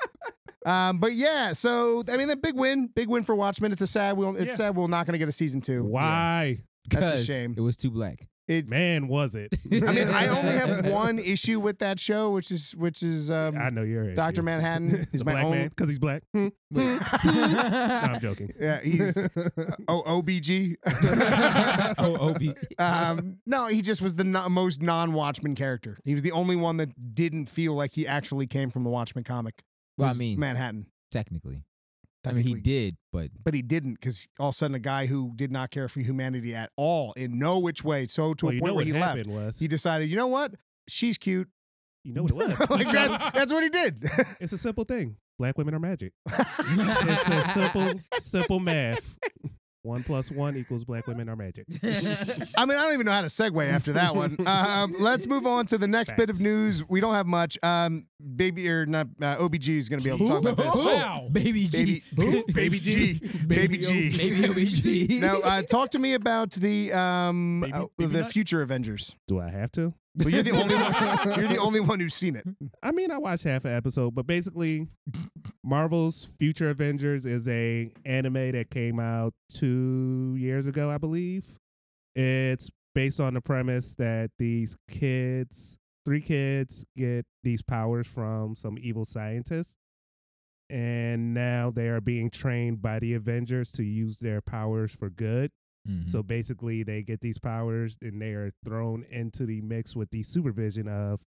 [SPEAKER 4] um, but yeah, so I mean, a big win, big win for Watchmen. It's a sad. We'll, it's
[SPEAKER 6] Yeah.
[SPEAKER 4] sad. We're not going to get a season two.
[SPEAKER 7] Why,
[SPEAKER 4] That's a
[SPEAKER 5] 'Cause
[SPEAKER 4] shame.
[SPEAKER 5] It was too black.
[SPEAKER 4] It,
[SPEAKER 7] man, was it?
[SPEAKER 4] I mean, I only have one issue with that show, which is which is
[SPEAKER 7] I
[SPEAKER 4] um,
[SPEAKER 7] know your
[SPEAKER 4] Doctor Manhattan is
[SPEAKER 7] He's
[SPEAKER 4] my
[SPEAKER 7] black
[SPEAKER 4] own.
[SPEAKER 7] man because he's black. Hmm. No, I'm joking.
[SPEAKER 4] Yeah, he's oh OBG.
[SPEAKER 5] oh, OB.
[SPEAKER 4] um, no, he just was the no- most non-Watchman character. He was the only one that didn't feel like he actually came from the Watchman comic.
[SPEAKER 5] Well, I
[SPEAKER 4] was
[SPEAKER 5] mean,
[SPEAKER 4] Manhattan.
[SPEAKER 5] technically. I mean, he
[SPEAKER 4] technically.
[SPEAKER 5] did, but
[SPEAKER 4] but he didn't because all of a sudden a guy who did not care for humanity at all in no which way so to
[SPEAKER 7] well,
[SPEAKER 4] a
[SPEAKER 7] you
[SPEAKER 4] point
[SPEAKER 7] know
[SPEAKER 4] where
[SPEAKER 7] what
[SPEAKER 4] he
[SPEAKER 7] happened
[SPEAKER 4] left
[SPEAKER 7] was.
[SPEAKER 4] he decided you know what she's cute
[SPEAKER 7] you know what it was.
[SPEAKER 4] like that's that's what he did
[SPEAKER 7] It's a simple thing. Black women are magic. It's a simple, simple math. One plus one equals black women are magic.
[SPEAKER 4] i mean i don't even know how to segue after that one um, let's move on to the next bit of
[SPEAKER 7] Facts.
[SPEAKER 4] news we don't have much um, baby or not uh, obg is going to be able to talk about this
[SPEAKER 6] Wow.
[SPEAKER 5] Oh, Baby G.
[SPEAKER 4] baby who? baby g baby g
[SPEAKER 5] Baby OBG.
[SPEAKER 4] now uh, talk to me about the um
[SPEAKER 6] Baby-
[SPEAKER 4] uh,
[SPEAKER 6] baby
[SPEAKER 4] the
[SPEAKER 6] nut?
[SPEAKER 4] future avengers
[SPEAKER 7] Do I have to?
[SPEAKER 4] well, you're the only one you're the only one who's seen it
[SPEAKER 7] I mean, I watched half an episode, but basically, Marvel's Future Avengers is a anime that came out two years ago, I believe. It's based on the premise that these kids, three kids, get these powers from some evil scientist. And now they are being trained by the Avengers to use their powers for good.
[SPEAKER 5] Mhm.
[SPEAKER 7] So basically, they get these powers and they are thrown into the mix with the supervision of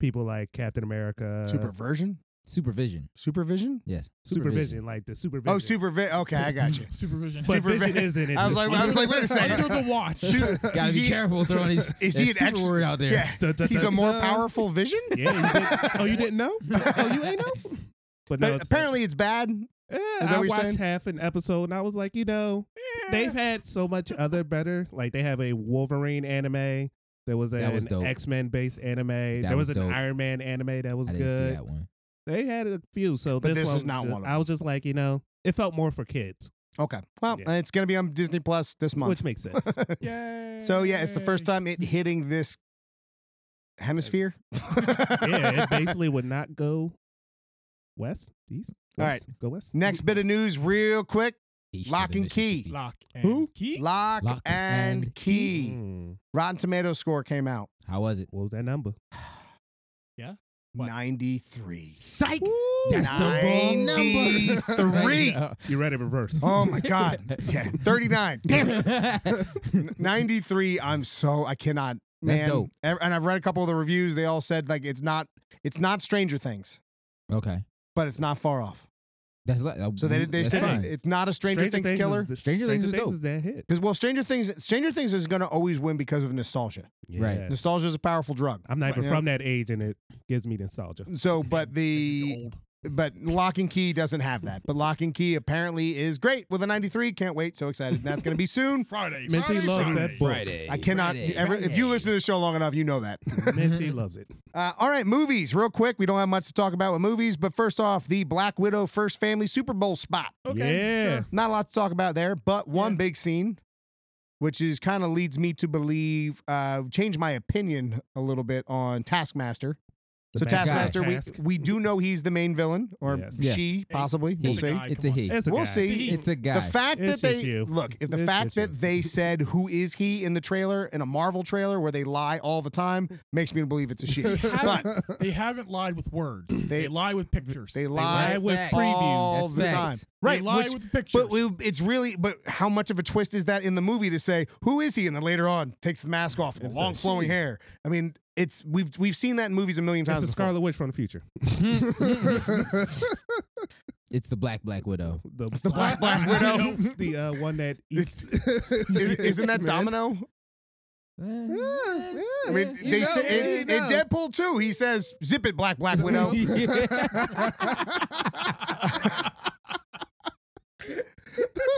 [SPEAKER 7] people like Captain America.
[SPEAKER 4] Superversion?
[SPEAKER 5] supervision.
[SPEAKER 4] Supervision?
[SPEAKER 5] Yes.
[SPEAKER 7] Uh, supervision, like the supervision.
[SPEAKER 4] Oh, supervision. Okay, I got you.
[SPEAKER 6] Supervision.
[SPEAKER 7] But
[SPEAKER 4] supervi-
[SPEAKER 7] vision isn't it?
[SPEAKER 4] I was like, I was like, wait a
[SPEAKER 6] Under
[SPEAKER 4] second.
[SPEAKER 6] the watch.
[SPEAKER 4] Su-
[SPEAKER 5] Gotta
[SPEAKER 4] is
[SPEAKER 5] be
[SPEAKER 4] he-
[SPEAKER 5] careful throwing these
[SPEAKER 4] Is he an
[SPEAKER 5] super
[SPEAKER 4] extra-
[SPEAKER 5] word out there.
[SPEAKER 4] Yeah.
[SPEAKER 7] Dun, dun,
[SPEAKER 4] He's a
[SPEAKER 7] dun,
[SPEAKER 4] more
[SPEAKER 7] dun.
[SPEAKER 4] powerful vision?
[SPEAKER 7] Yeah. You didn't, oh, you didn't know? Oh, you ain't know? But no,
[SPEAKER 4] But
[SPEAKER 7] it's- uh,
[SPEAKER 4] apparently it's bad.
[SPEAKER 7] Yeah,
[SPEAKER 4] that
[SPEAKER 7] I
[SPEAKER 4] what you're
[SPEAKER 7] watched
[SPEAKER 4] saying?
[SPEAKER 7] half an episode and I was like, you know, they've had so much other better. Like they have a Wolverine anime. There was,
[SPEAKER 5] That was
[SPEAKER 7] an
[SPEAKER 5] dope.
[SPEAKER 7] X Men based anime. there
[SPEAKER 5] was
[SPEAKER 7] was, an
[SPEAKER 5] dope.
[SPEAKER 7] Iron Man anime that was
[SPEAKER 5] I didn't see
[SPEAKER 7] good.
[SPEAKER 5] that one.
[SPEAKER 7] They had a few, so
[SPEAKER 4] But this
[SPEAKER 7] one
[SPEAKER 4] is
[SPEAKER 7] was
[SPEAKER 4] not
[SPEAKER 7] just-
[SPEAKER 4] one of
[SPEAKER 7] I was just like, you know, it felt more for kids,
[SPEAKER 4] Okay. Well,
[SPEAKER 7] Yeah.
[SPEAKER 4] it's going to be on Disney Plus this month.
[SPEAKER 7] which makes sense.
[SPEAKER 6] Yay.
[SPEAKER 4] so, yeah, it's the first time it hitting this hemisphere.
[SPEAKER 7] yeah, it basically would not go west, east.
[SPEAKER 4] All
[SPEAKER 7] west, go west.
[SPEAKER 4] Next bit of news, real quick
[SPEAKER 5] Each
[SPEAKER 4] Lock
[SPEAKER 5] other
[SPEAKER 4] and
[SPEAKER 5] mission
[SPEAKER 4] key.
[SPEAKER 5] should be-
[SPEAKER 6] Lock and
[SPEAKER 4] Who?
[SPEAKER 6] key.
[SPEAKER 4] lock,
[SPEAKER 5] Lock
[SPEAKER 4] and,
[SPEAKER 5] and
[SPEAKER 4] key.
[SPEAKER 7] Mm,
[SPEAKER 4] Rotten Tomatoes score came out
[SPEAKER 5] How was it?
[SPEAKER 7] what was that number?
[SPEAKER 4] 93.
[SPEAKER 5] Psych. That's the wrong number.
[SPEAKER 4] Three.
[SPEAKER 7] You read it reverse.
[SPEAKER 4] Oh my God. Yeah. 39. Damn it. N- 93 i'm so i cannot man
[SPEAKER 5] That's dope.
[SPEAKER 4] Ev- and i've read a couple of the reviews they all said like it's not it's not stranger things
[SPEAKER 5] okay.
[SPEAKER 4] but it's not far off
[SPEAKER 5] That's li- uh,
[SPEAKER 4] so they, they
[SPEAKER 5] that's
[SPEAKER 4] said
[SPEAKER 5] fine.
[SPEAKER 4] it's, it's not a stranger, things, killer
[SPEAKER 7] Is,
[SPEAKER 5] Stranger Things is dope.
[SPEAKER 7] that hit.
[SPEAKER 4] because well stranger things stranger things is going to always win because of nostalgia
[SPEAKER 5] Right.
[SPEAKER 7] Yes.
[SPEAKER 4] nostalgia is a powerful drug
[SPEAKER 7] I'm not even
[SPEAKER 4] Yeah.
[SPEAKER 7] from that age, and it gives me nostalgia.
[SPEAKER 4] so but the
[SPEAKER 6] Old.
[SPEAKER 4] but lock and key doesn't have that but lock and key apparently is great with a 93 can't wait so excited and that's going to be soon
[SPEAKER 6] Friday.
[SPEAKER 7] Minty
[SPEAKER 6] Friday,
[SPEAKER 7] loves
[SPEAKER 6] Friday.
[SPEAKER 7] that book.
[SPEAKER 4] i cannot ever if you listen to the show long enough you know that
[SPEAKER 7] Minty loves it.
[SPEAKER 4] Uh, all right, movies, real quick. We don't have much to talk about with movies, but first off, the Black Widow first family Super Bowl spot.
[SPEAKER 6] Okay.
[SPEAKER 7] Yeah.
[SPEAKER 6] Sure.
[SPEAKER 4] Not a lot to talk about there, but one
[SPEAKER 6] Yeah.
[SPEAKER 4] big scene, which is kind of leads me to believe, uh, change my opinion a little bit on Taskmaster.
[SPEAKER 7] The
[SPEAKER 4] so
[SPEAKER 7] bad guy.
[SPEAKER 4] Taskmaster, we,
[SPEAKER 7] Task.
[SPEAKER 4] we do know he's the main villain, or
[SPEAKER 7] Yes.
[SPEAKER 5] Yes.
[SPEAKER 4] she possibly. We'll
[SPEAKER 5] He.
[SPEAKER 4] see.
[SPEAKER 6] Guy,
[SPEAKER 5] It's a
[SPEAKER 6] come
[SPEAKER 5] he.
[SPEAKER 7] It's a
[SPEAKER 4] We'll
[SPEAKER 7] guy.
[SPEAKER 4] see.
[SPEAKER 5] It's a guy.
[SPEAKER 4] The fact
[SPEAKER 7] It's
[SPEAKER 4] that
[SPEAKER 7] just
[SPEAKER 4] they
[SPEAKER 7] you.
[SPEAKER 4] look, if the
[SPEAKER 7] It's
[SPEAKER 4] fact
[SPEAKER 7] just you.
[SPEAKER 4] that they said who is he in the trailer in a Marvel trailer where they lie all the time makes me believe it's a she. but
[SPEAKER 6] They haven't lied with words. They, lie with pictures.
[SPEAKER 4] They
[SPEAKER 7] lie
[SPEAKER 4] lie
[SPEAKER 7] with
[SPEAKER 5] facts.
[SPEAKER 4] all
[SPEAKER 5] That's
[SPEAKER 4] the time.
[SPEAKER 5] facts.
[SPEAKER 6] They
[SPEAKER 4] Right.
[SPEAKER 6] lie
[SPEAKER 4] which-
[SPEAKER 6] with pictures.
[SPEAKER 4] but we- it's really, but how much of a twist is that in the movie to say who is he, and then later on takes the mask off,
[SPEAKER 7] It's a
[SPEAKER 4] long flowing
[SPEAKER 7] she.
[SPEAKER 4] hair. I mean, it's we've we've seen that in movies a million times.
[SPEAKER 7] It's a
[SPEAKER 4] before.
[SPEAKER 7] Scarlet Witch from the future.
[SPEAKER 5] It's the Black Black Widow.
[SPEAKER 7] The,
[SPEAKER 4] the Black Black Widow.
[SPEAKER 7] the uh, one that eats.
[SPEAKER 4] Is, isn't that Domino? I mean,
[SPEAKER 7] You
[SPEAKER 4] they
[SPEAKER 7] know,
[SPEAKER 4] say,
[SPEAKER 7] yeah,
[SPEAKER 4] in,
[SPEAKER 7] you
[SPEAKER 4] in
[SPEAKER 7] know.
[SPEAKER 4] Deadpool too. He says, "Zip it, Black Black Widow."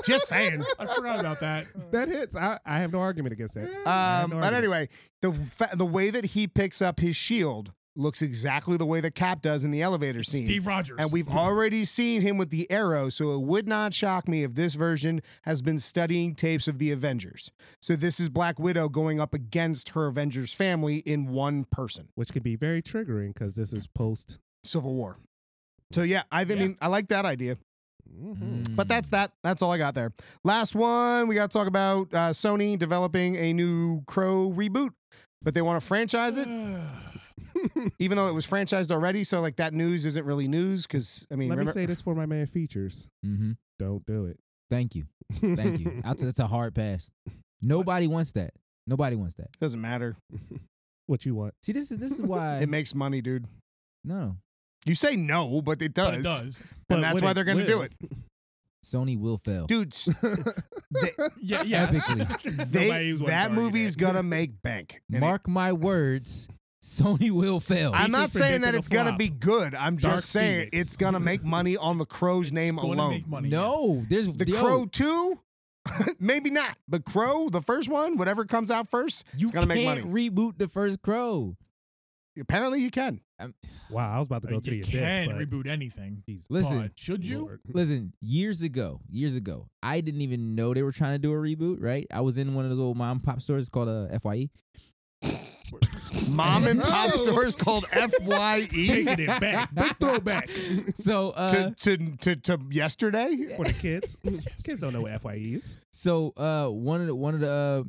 [SPEAKER 4] Just saying.
[SPEAKER 6] I forgot about that.
[SPEAKER 7] That hits. I, I have no argument against that. I have
[SPEAKER 4] Um,
[SPEAKER 7] no
[SPEAKER 4] but
[SPEAKER 7] argument.
[SPEAKER 4] anyway, the fa- the way that he picks up his shield looks exactly the way that Cap does in the elevator scene.
[SPEAKER 6] Steve Rogers.
[SPEAKER 4] And we've already seen him with the arrow, so it would not shock me if this version has been studying tapes of the Avengers. So this is Black Widow going up against her Avengers family in one person.
[SPEAKER 7] Which could be very triggering because this is post.
[SPEAKER 4] Civil War. So yeah, I, th- I
[SPEAKER 6] Yeah.
[SPEAKER 4] mean I like that idea.
[SPEAKER 6] Mm-hmm.
[SPEAKER 7] hmm, Mm-hmm.
[SPEAKER 4] But that's that. That's all I got there. Last one, we got to talk about uh, Sony developing a new Crow reboot, but they want to franchise it,
[SPEAKER 7] Mm.
[SPEAKER 4] even though it was franchised already. So like that news isn't really news because I mean,
[SPEAKER 7] Let
[SPEAKER 4] remember,
[SPEAKER 7] me say this for my man features.
[SPEAKER 5] Mm-hmm.
[SPEAKER 7] Don't do it.
[SPEAKER 5] Thank you. Thank you. I'll t- that's a hard pass. Nobody wants that. Nobody wants that.
[SPEAKER 4] doesn't matter.
[SPEAKER 7] what you want?
[SPEAKER 5] See, this is this is why
[SPEAKER 4] It makes money, dude.
[SPEAKER 5] no
[SPEAKER 4] You say no, but it does.
[SPEAKER 6] But it does.
[SPEAKER 7] But
[SPEAKER 4] And that's
[SPEAKER 7] when
[SPEAKER 4] why
[SPEAKER 7] it
[SPEAKER 4] they're going to do
[SPEAKER 7] will-
[SPEAKER 4] it.
[SPEAKER 5] Sony will fail.
[SPEAKER 4] Dude, s- they,
[SPEAKER 6] Yeah. Yeah.
[SPEAKER 5] Epically.
[SPEAKER 4] they, that movie's going to make bank. And it-
[SPEAKER 5] Mark my words. Sony will fail.
[SPEAKER 4] I'm not
[SPEAKER 6] Features
[SPEAKER 4] saying that
[SPEAKER 6] predicted a
[SPEAKER 4] it's going to
[SPEAKER 6] flop.
[SPEAKER 4] be good. I'm just
[SPEAKER 6] Dark
[SPEAKER 4] saying
[SPEAKER 6] Phoenix.
[SPEAKER 4] it's going to make money on the Crow's name
[SPEAKER 6] Gonna
[SPEAKER 4] alone.
[SPEAKER 6] make money.
[SPEAKER 5] no, there's
[SPEAKER 4] the
[SPEAKER 5] yo,
[SPEAKER 4] Crow 2? Maybe not. But Crow, the first one, whatever comes out first,
[SPEAKER 5] You
[SPEAKER 4] gonna
[SPEAKER 5] can't
[SPEAKER 4] make
[SPEAKER 5] reboot the first Crow.
[SPEAKER 4] apparently you can.
[SPEAKER 7] Wow, I was about to
[SPEAKER 6] Yeah.
[SPEAKER 7] go
[SPEAKER 6] Uh,
[SPEAKER 7] to
[SPEAKER 6] You
[SPEAKER 7] the abyss.
[SPEAKER 6] can
[SPEAKER 7] but-
[SPEAKER 6] reboot anything.
[SPEAKER 7] Jesus
[SPEAKER 5] Listen,
[SPEAKER 6] but should you?
[SPEAKER 7] Lord.
[SPEAKER 5] Listen, years ago, years ago, I didn't even know they were trying to do a reboot, right? I was in one of those old mom and pop stores called uh, FYE.
[SPEAKER 4] Mom and pop
[SPEAKER 5] No.
[SPEAKER 4] stores called FYE
[SPEAKER 7] Taking it back. Big throwback.
[SPEAKER 5] So, uh,
[SPEAKER 4] to, to, to, to yesterday.
[SPEAKER 7] For the kids. kids don't know what FYE is.
[SPEAKER 5] so uh, one of the one of the uh,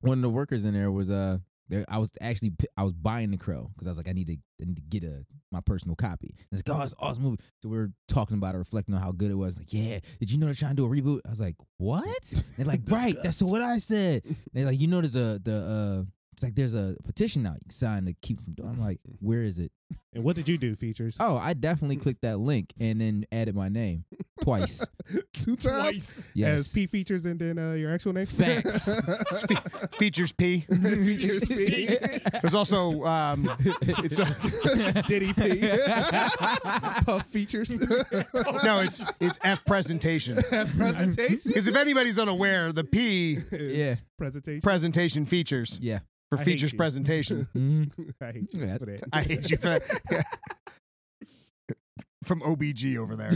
[SPEAKER 5] one of the workers in there was uh there, I was actually pi- I was buying the crow because I was like I need to I need to get a my personal copy. And it's like oh it's an awesome movie. So we were talking about it, reflecting on how good it was. Like yeah, did you know they're trying to do a reboot? I was like what? And they're like right, that's what I said. And they're like you know there's a the uh it's like there's a petition now you can sign to keep from doing. I'm like where is it?
[SPEAKER 7] And what did you do, features?
[SPEAKER 5] Oh I definitely clicked that link and then added my name twice.
[SPEAKER 7] Two times
[SPEAKER 6] Twice.
[SPEAKER 7] as
[SPEAKER 5] Yes.
[SPEAKER 7] P features and then uh, your actual name.
[SPEAKER 5] Facts.
[SPEAKER 4] Features P.
[SPEAKER 7] features P.
[SPEAKER 4] There's also um, it's a,
[SPEAKER 7] Diddy P. Puff features.
[SPEAKER 4] no, it's it's F presentation.
[SPEAKER 7] presentation.
[SPEAKER 4] Because if anybody's unaware, the P
[SPEAKER 5] yeah.
[SPEAKER 7] Presentation.
[SPEAKER 4] presentation features
[SPEAKER 5] Yeah.
[SPEAKER 4] for
[SPEAKER 7] I hate
[SPEAKER 4] features
[SPEAKER 7] you.
[SPEAKER 4] presentation.
[SPEAKER 5] Mhm.
[SPEAKER 7] I hate you
[SPEAKER 5] Yeah.
[SPEAKER 7] for that.
[SPEAKER 4] I hate you for that. From OBG over there.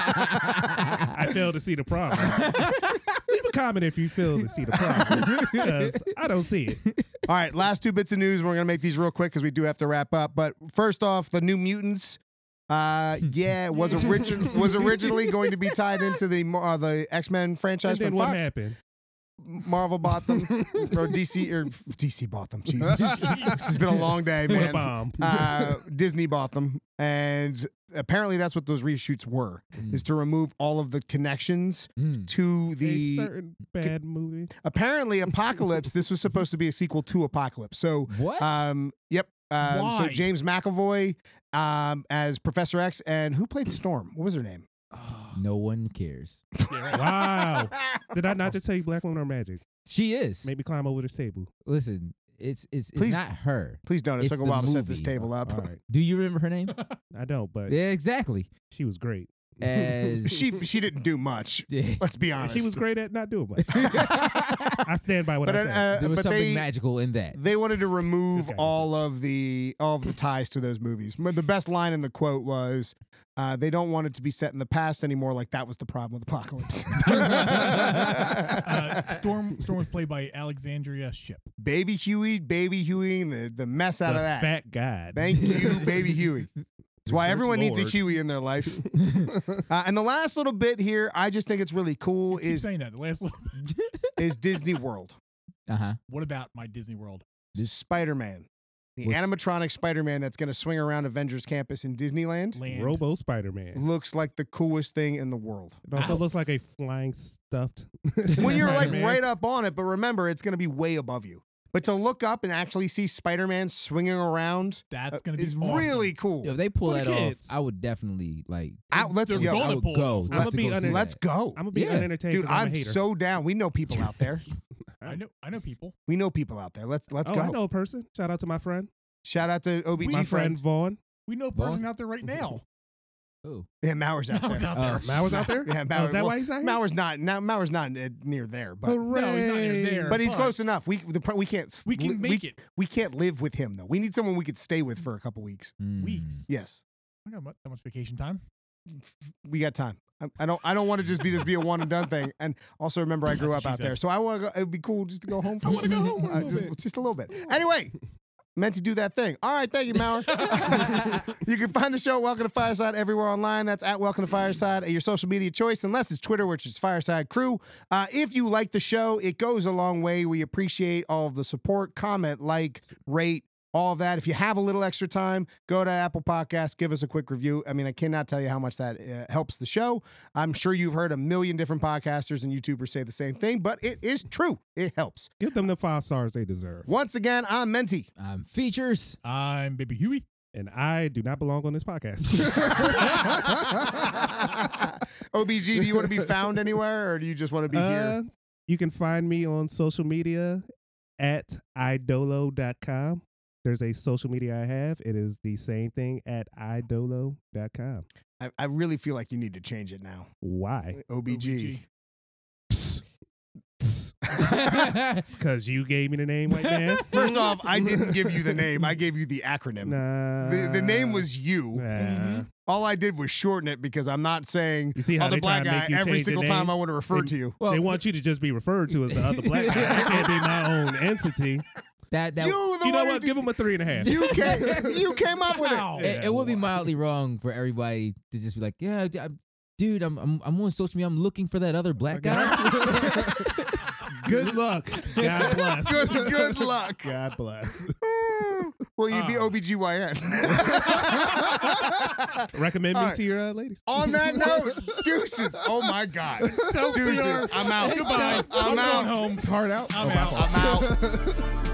[SPEAKER 7] I fail to see the problem. Leave a comment if you fail to see the problem, because I don't see it.
[SPEAKER 4] All right, last two bits of news. We're gonna make these real quick because we do have to wrap up. But first off, the New Mutants. Uh, yeah, was origin was originally going to be tied into the Mar- uh, the X Men
[SPEAKER 7] And
[SPEAKER 4] franchise
[SPEAKER 7] then
[SPEAKER 4] from
[SPEAKER 7] what
[SPEAKER 4] Fox.
[SPEAKER 7] happened?
[SPEAKER 4] Marvel bought them, or DC or DC bought them. Jesus, this has been a long day,
[SPEAKER 7] What a
[SPEAKER 4] man.
[SPEAKER 7] bomb.
[SPEAKER 4] Uh, Disney bought them, and apparently that's what those reshoots were:
[SPEAKER 5] Mm.
[SPEAKER 4] is to remove all of the connections
[SPEAKER 5] Mm.
[SPEAKER 4] to
[SPEAKER 7] a
[SPEAKER 4] the.
[SPEAKER 7] certain bad movie.
[SPEAKER 4] Apparently, Apocalypse. this was supposed to be a sequel to Apocalypse. So
[SPEAKER 5] What?
[SPEAKER 4] um, yep. Um, so
[SPEAKER 6] Why?
[SPEAKER 4] James McAvoy um, as Professor X, and who played Storm? What was her name?
[SPEAKER 5] no one cares.
[SPEAKER 7] Wow. Did I not just tell you Black Woman or Magic?
[SPEAKER 5] She is.
[SPEAKER 7] Made me climb over this table.
[SPEAKER 5] Listen, it's it's it's
[SPEAKER 4] Please-
[SPEAKER 5] not her.
[SPEAKER 4] Please don't. It
[SPEAKER 5] It's
[SPEAKER 4] took a
[SPEAKER 5] the
[SPEAKER 4] while to set this
[SPEAKER 5] movie.
[SPEAKER 4] table up.
[SPEAKER 7] All right.
[SPEAKER 5] Do you remember her name?
[SPEAKER 7] I don't, but
[SPEAKER 5] yeah, exactly.
[SPEAKER 7] she was great.
[SPEAKER 5] As
[SPEAKER 4] She she didn't do much.
[SPEAKER 5] Yeah.
[SPEAKER 4] Let's be
[SPEAKER 7] And
[SPEAKER 4] honest.
[SPEAKER 7] she was great at not doing much. I stand by what
[SPEAKER 4] but
[SPEAKER 7] I
[SPEAKER 4] uh,
[SPEAKER 7] said.
[SPEAKER 4] uh,
[SPEAKER 5] there was
[SPEAKER 4] but
[SPEAKER 5] something
[SPEAKER 4] they
[SPEAKER 5] magical in that.
[SPEAKER 4] they wanted to remove
[SPEAKER 7] guy is
[SPEAKER 4] all of the all of the ties to those movies. But The best line in the quote was, uh, "They don't want it to be set in the past anymore. Like that was the problem with Apocalypse."
[SPEAKER 6] Uh, Storm Storm was played by Alexandria Ship.
[SPEAKER 4] baby Huey, baby Huey, and the the mess out
[SPEAKER 7] The
[SPEAKER 4] of that.
[SPEAKER 7] fat guy.
[SPEAKER 4] Thank you, baby Huey. That's why
[SPEAKER 7] Yes,
[SPEAKER 4] everyone needs a
[SPEAKER 7] Lord.
[SPEAKER 4] Huey in their life. uh, and the last little bit here, I just think it's really cool
[SPEAKER 6] Keep
[SPEAKER 4] is
[SPEAKER 6] saying that the last little.
[SPEAKER 4] is Disney World,
[SPEAKER 5] Uh huh.
[SPEAKER 6] What about my Disney World?
[SPEAKER 4] Spider Man, the
[SPEAKER 5] What's-
[SPEAKER 4] animatronic Spider Man that's going to swing around Avengers Campus in Disneyland.
[SPEAKER 6] Land.
[SPEAKER 7] Robo Spider Man.
[SPEAKER 4] Looks like the coolest thing in the world.
[SPEAKER 7] It also looks like a flying stuffed.
[SPEAKER 4] When you're like
[SPEAKER 7] Spider-Man.
[SPEAKER 4] right up on it, but remember, it's going to be way above you. But to look up and actually see Spider Man swinging around
[SPEAKER 6] That's
[SPEAKER 4] uh,
[SPEAKER 6] gonna be
[SPEAKER 4] is
[SPEAKER 6] awesome.
[SPEAKER 4] really cool.
[SPEAKER 5] If they pull
[SPEAKER 7] For the
[SPEAKER 5] that off,
[SPEAKER 7] kids.
[SPEAKER 5] I would definitely like.
[SPEAKER 4] Out- let's
[SPEAKER 6] They're
[SPEAKER 4] yo,
[SPEAKER 6] gonna
[SPEAKER 5] I would
[SPEAKER 6] pull it
[SPEAKER 5] go.
[SPEAKER 6] off.
[SPEAKER 5] just
[SPEAKER 7] I'ma
[SPEAKER 5] to
[SPEAKER 7] be
[SPEAKER 5] go see
[SPEAKER 7] under-
[SPEAKER 4] let's
[SPEAKER 5] that.
[SPEAKER 4] go.
[SPEAKER 7] I'm gonna be
[SPEAKER 5] Yeah.
[SPEAKER 7] unentertained.
[SPEAKER 4] Dude,
[SPEAKER 7] 'cause I'm,
[SPEAKER 4] I'm
[SPEAKER 7] a hater.
[SPEAKER 4] so down. We know people out there.
[SPEAKER 6] I know. I know people.
[SPEAKER 4] We know people out there. Let's let's
[SPEAKER 7] oh,
[SPEAKER 4] go.
[SPEAKER 7] I know a person. Shout out to my friend,
[SPEAKER 4] Shout out to OBG
[SPEAKER 7] my friend Vaughn.
[SPEAKER 6] We know a
[SPEAKER 5] Vaughn?
[SPEAKER 6] person out there right now.
[SPEAKER 5] Oh.
[SPEAKER 4] Yeah, Mauer's out
[SPEAKER 6] Mal's
[SPEAKER 4] there.
[SPEAKER 6] out there.
[SPEAKER 5] Oh.
[SPEAKER 7] Mauer's out there.
[SPEAKER 4] Yeah,
[SPEAKER 7] Oh,
[SPEAKER 4] Mauer.
[SPEAKER 7] is that
[SPEAKER 4] well,
[SPEAKER 7] why he's not here?
[SPEAKER 4] Mauer's not. Now, Mauer's not uh, near there, but
[SPEAKER 7] Hooray.
[SPEAKER 6] No, he's not near there.
[SPEAKER 4] but he's
[SPEAKER 6] But-
[SPEAKER 4] close enough. We the, pro- we can't s-
[SPEAKER 6] We
[SPEAKER 4] li-
[SPEAKER 6] can make it.
[SPEAKER 4] We can't live with him though. We need someone we could stay with for a couple weeks.
[SPEAKER 5] Mm.
[SPEAKER 6] Weeks.
[SPEAKER 4] Yes,
[SPEAKER 6] I got mu- that much vacation time.
[SPEAKER 4] we got time. I, I don't. I don't want to just be this be a one and done thing. And also remember, I
[SPEAKER 6] That's
[SPEAKER 4] grew
[SPEAKER 6] what
[SPEAKER 4] up
[SPEAKER 6] she
[SPEAKER 4] out
[SPEAKER 6] said.
[SPEAKER 4] there, so I want. to It'd be cool just to go home. For
[SPEAKER 6] I wanna go home for a
[SPEAKER 4] Uh,
[SPEAKER 6] little
[SPEAKER 4] just,
[SPEAKER 6] bit.
[SPEAKER 4] just a little bit. Anyway. Meant to do that thing. All right, thank you, Mauer. you can find the show Welcome to Fireside everywhere online. That's at Welcome to Fireside at your social media choice, unless it's Twitter, which is Fireside Crew. Uh, if you like the show, it goes a long way. We appreciate all of the support, comment, like, rate, all of that. If you have a little extra time, go to Apple Podcasts, give us a quick review. I mean, I cannot tell you how much that uh, helps the show. I'm sure you've heard a million different podcasters and YouTubers say the same thing, but it is true. It helps.
[SPEAKER 7] Give them the five stars they deserve.
[SPEAKER 4] Once again, I'm Menti.
[SPEAKER 5] Um, features.
[SPEAKER 6] I'm Baby Huey.
[SPEAKER 7] And I do not belong on this podcast.
[SPEAKER 4] OBG, do you want to be found anywhere or do you just want to be
[SPEAKER 7] Uh,
[SPEAKER 4] here?
[SPEAKER 7] you can find me on social media at idolo.com. There's a social media I have. It is the same thing at idolo.com.
[SPEAKER 4] I, I really feel like you need to change it now.
[SPEAKER 7] Why?
[SPEAKER 4] OBG.
[SPEAKER 7] Because you gave me the name right now.
[SPEAKER 4] First off, I didn't give you the name, I gave you the acronym.
[SPEAKER 7] Nah.
[SPEAKER 4] The, the name was
[SPEAKER 7] Nah.
[SPEAKER 4] you.
[SPEAKER 5] Mm-hmm.
[SPEAKER 4] All I did was shorten it because I'm not saying
[SPEAKER 7] You see how
[SPEAKER 4] other
[SPEAKER 7] they try
[SPEAKER 4] black
[SPEAKER 7] to make
[SPEAKER 4] guy
[SPEAKER 7] you
[SPEAKER 4] every
[SPEAKER 7] change
[SPEAKER 4] single
[SPEAKER 7] your name?
[SPEAKER 4] time I want to refer to you.
[SPEAKER 5] Well,
[SPEAKER 7] they want you to just be referred to as the other black guy. I can't be my own entity.
[SPEAKER 5] that that.
[SPEAKER 4] you the
[SPEAKER 7] You know
[SPEAKER 4] one who
[SPEAKER 7] what?
[SPEAKER 4] did-
[SPEAKER 7] Give him a three and a half. Oh,
[SPEAKER 4] you came, you came up with it.
[SPEAKER 6] Wow.
[SPEAKER 5] it, it would be mildly wrong for everybody to just be like, yeah, d- I'm- dude, I'm, I'm I'm on social media, I'm looking for that other black guy.
[SPEAKER 7] Good luck. God bless.
[SPEAKER 4] Good, good luck.
[SPEAKER 7] God bless.
[SPEAKER 4] Well, you'd be
[SPEAKER 6] Ah.
[SPEAKER 4] OBGYN.
[SPEAKER 7] Recommend me
[SPEAKER 4] All right.
[SPEAKER 7] to your uh, ladies.
[SPEAKER 4] On that note, deuces. Oh my God. Deuces. I'm out.
[SPEAKER 6] Goodbye.
[SPEAKER 4] I'm
[SPEAKER 6] I'm
[SPEAKER 4] out.
[SPEAKER 6] going home.
[SPEAKER 7] It's hard out. Oh,
[SPEAKER 6] I'm out.
[SPEAKER 4] I'm out.